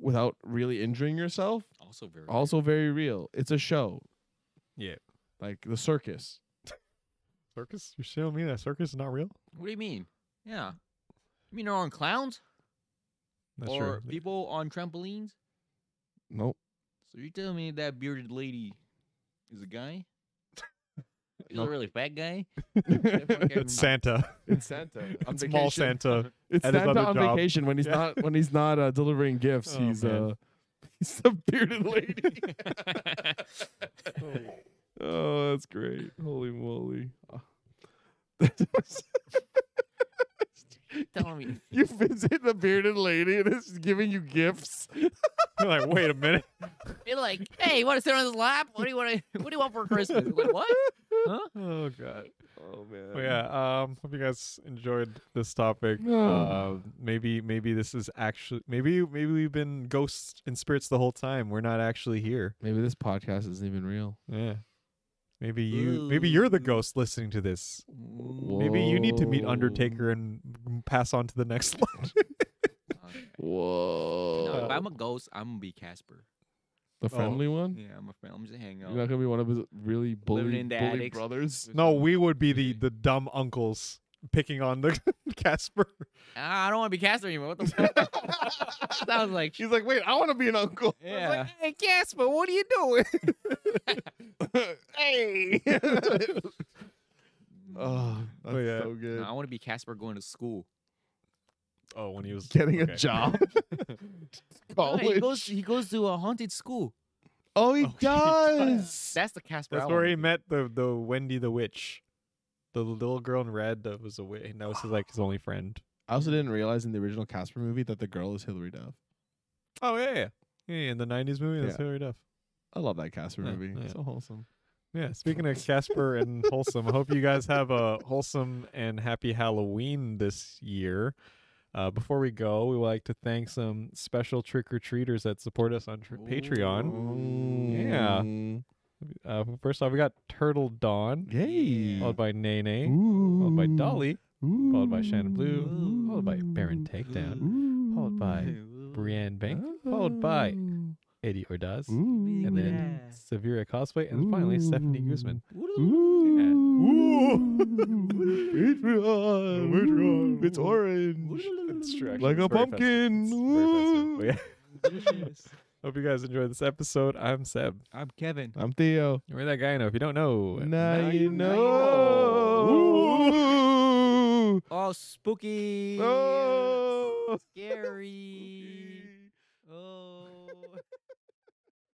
Speaker 4: without really injuring yourself,
Speaker 5: Also very.
Speaker 4: also very real. It's a show.
Speaker 3: Yeah.
Speaker 4: Like the circus.
Speaker 3: Circus? You're showing me that circus is not real?
Speaker 5: What do you mean? Yeah. You mean they're on clowns
Speaker 3: That's true.
Speaker 5: or people on trampolines?
Speaker 4: Nope.
Speaker 5: So you telling me that bearded lady is a guy? Is
Speaker 4: No.
Speaker 5: a really fat guy?
Speaker 3: It's Santa.
Speaker 4: It's Santa. On
Speaker 3: It's mall
Speaker 4: vacation.
Speaker 3: Santa.
Speaker 4: It's
Speaker 3: at his
Speaker 4: Santa
Speaker 3: other
Speaker 4: on
Speaker 3: job.
Speaker 4: vacation when he's
Speaker 3: Yeah.
Speaker 4: not when he's not uh, delivering gifts.
Speaker 3: Oh,
Speaker 4: he's
Speaker 3: man.
Speaker 4: uh he's a bearded lady. oh, that's great. Holy moly.
Speaker 5: telling me.
Speaker 4: you visit the bearded lady and it's giving you gifts.
Speaker 3: You're like, wait a minute.
Speaker 5: They're like, hey, you want to sit on this lap? What do you want? To, what do you want for Christmas? I'm Like, what? Huh?
Speaker 3: Oh god.
Speaker 4: Oh man.
Speaker 3: But yeah. Um. Hope you guys enjoyed this topic.
Speaker 4: Ah.
Speaker 3: uh, maybe maybe this is actually maybe maybe we've been ghosts and spirits the whole time. We're not actually here.
Speaker 4: Maybe this podcast isn't even real.
Speaker 3: Yeah. Maybe you maybe you're the ghost listening to this. Maybe you need to meet
Speaker 6: Whoa.
Speaker 3: Undertaker
Speaker 4: Oh.
Speaker 3: and pass on to the next one.
Speaker 5: Okay. No,
Speaker 6: Whoa.
Speaker 3: Uh,
Speaker 5: if I'm a ghost, I'm gonna be Casper.
Speaker 4: The friendly one?
Speaker 5: Yeah, I'm a friend. I'm just hanging
Speaker 6: You're not
Speaker 5: out.
Speaker 6: gonna be one of his really bully,
Speaker 5: in the
Speaker 6: bully
Speaker 5: attics.
Speaker 6: brothers.
Speaker 3: no, we would be the the dumb uncles picking on the Casper.
Speaker 5: Ah, I don't want to be Casper anymore. What the fuck? that was like,
Speaker 4: She's like, wait, I want to be an uncle.
Speaker 5: yeah.
Speaker 3: Hey Casper, what are you doing?
Speaker 4: hey. oh, that's
Speaker 3: yeah.
Speaker 4: so good.
Speaker 5: No, I want to be Casper going to school.
Speaker 3: Oh, when he was
Speaker 4: Getting
Speaker 3: okay.
Speaker 4: a job.
Speaker 5: No,
Speaker 4: College.
Speaker 5: he goes. He goes to a haunted school.
Speaker 4: oh, he
Speaker 3: Oh, he
Speaker 4: does.
Speaker 5: That's the Casper.
Speaker 3: That's where he met the the Wendy the witch, the little girl in red that was a witch. and That was his, like his only friend.
Speaker 4: I also didn't realize in the original Casper movie that the girl is Hilary Duff.
Speaker 3: Oh yeah, yeah, yeah. yeah, In the '90s movie, that's
Speaker 4: Yeah.
Speaker 3: Hillary Duff.
Speaker 4: I love that Casper
Speaker 3: Yeah,
Speaker 4: movie.
Speaker 3: yeah.
Speaker 4: So wholesome.
Speaker 3: Yeah, speaking of Casper and Wholesome, I hope you guys have a wholesome and happy Halloween this year. Uh, before we go, we would like to thank some special trick or treaters that support us on tr- Patreon. Yeah. Uh, first off, we got Turtle Dawn,
Speaker 4: Yay.
Speaker 3: followed by Nene, followed
Speaker 4: Followed
Speaker 3: by Dolly, followed by Shannon Blue,
Speaker 4: Ooh.
Speaker 3: followed by Baron Takedown, followed by Brienne Bank, followed by Eddie Ordaz, and then Severa Cosplay, and finally Stephanie Guzman.
Speaker 4: Patreon. Patreon. It's orange.
Speaker 3: It's true, actually,
Speaker 4: Like
Speaker 3: it's
Speaker 4: a
Speaker 3: very festive.
Speaker 4: pumpkin.
Speaker 3: It's very festive, but
Speaker 4: Ooh.
Speaker 3: yeah. Hope you guys enjoyed this episode. I'm Seb.
Speaker 5: I'm Kevin.
Speaker 4: I'm Theo.
Speaker 3: We're that guy I know. If you don't know,
Speaker 4: Now you
Speaker 5: know.
Speaker 4: know.
Speaker 5: Oh, spooky.
Speaker 4: Ooh. Oh.
Speaker 5: Scary. Oh.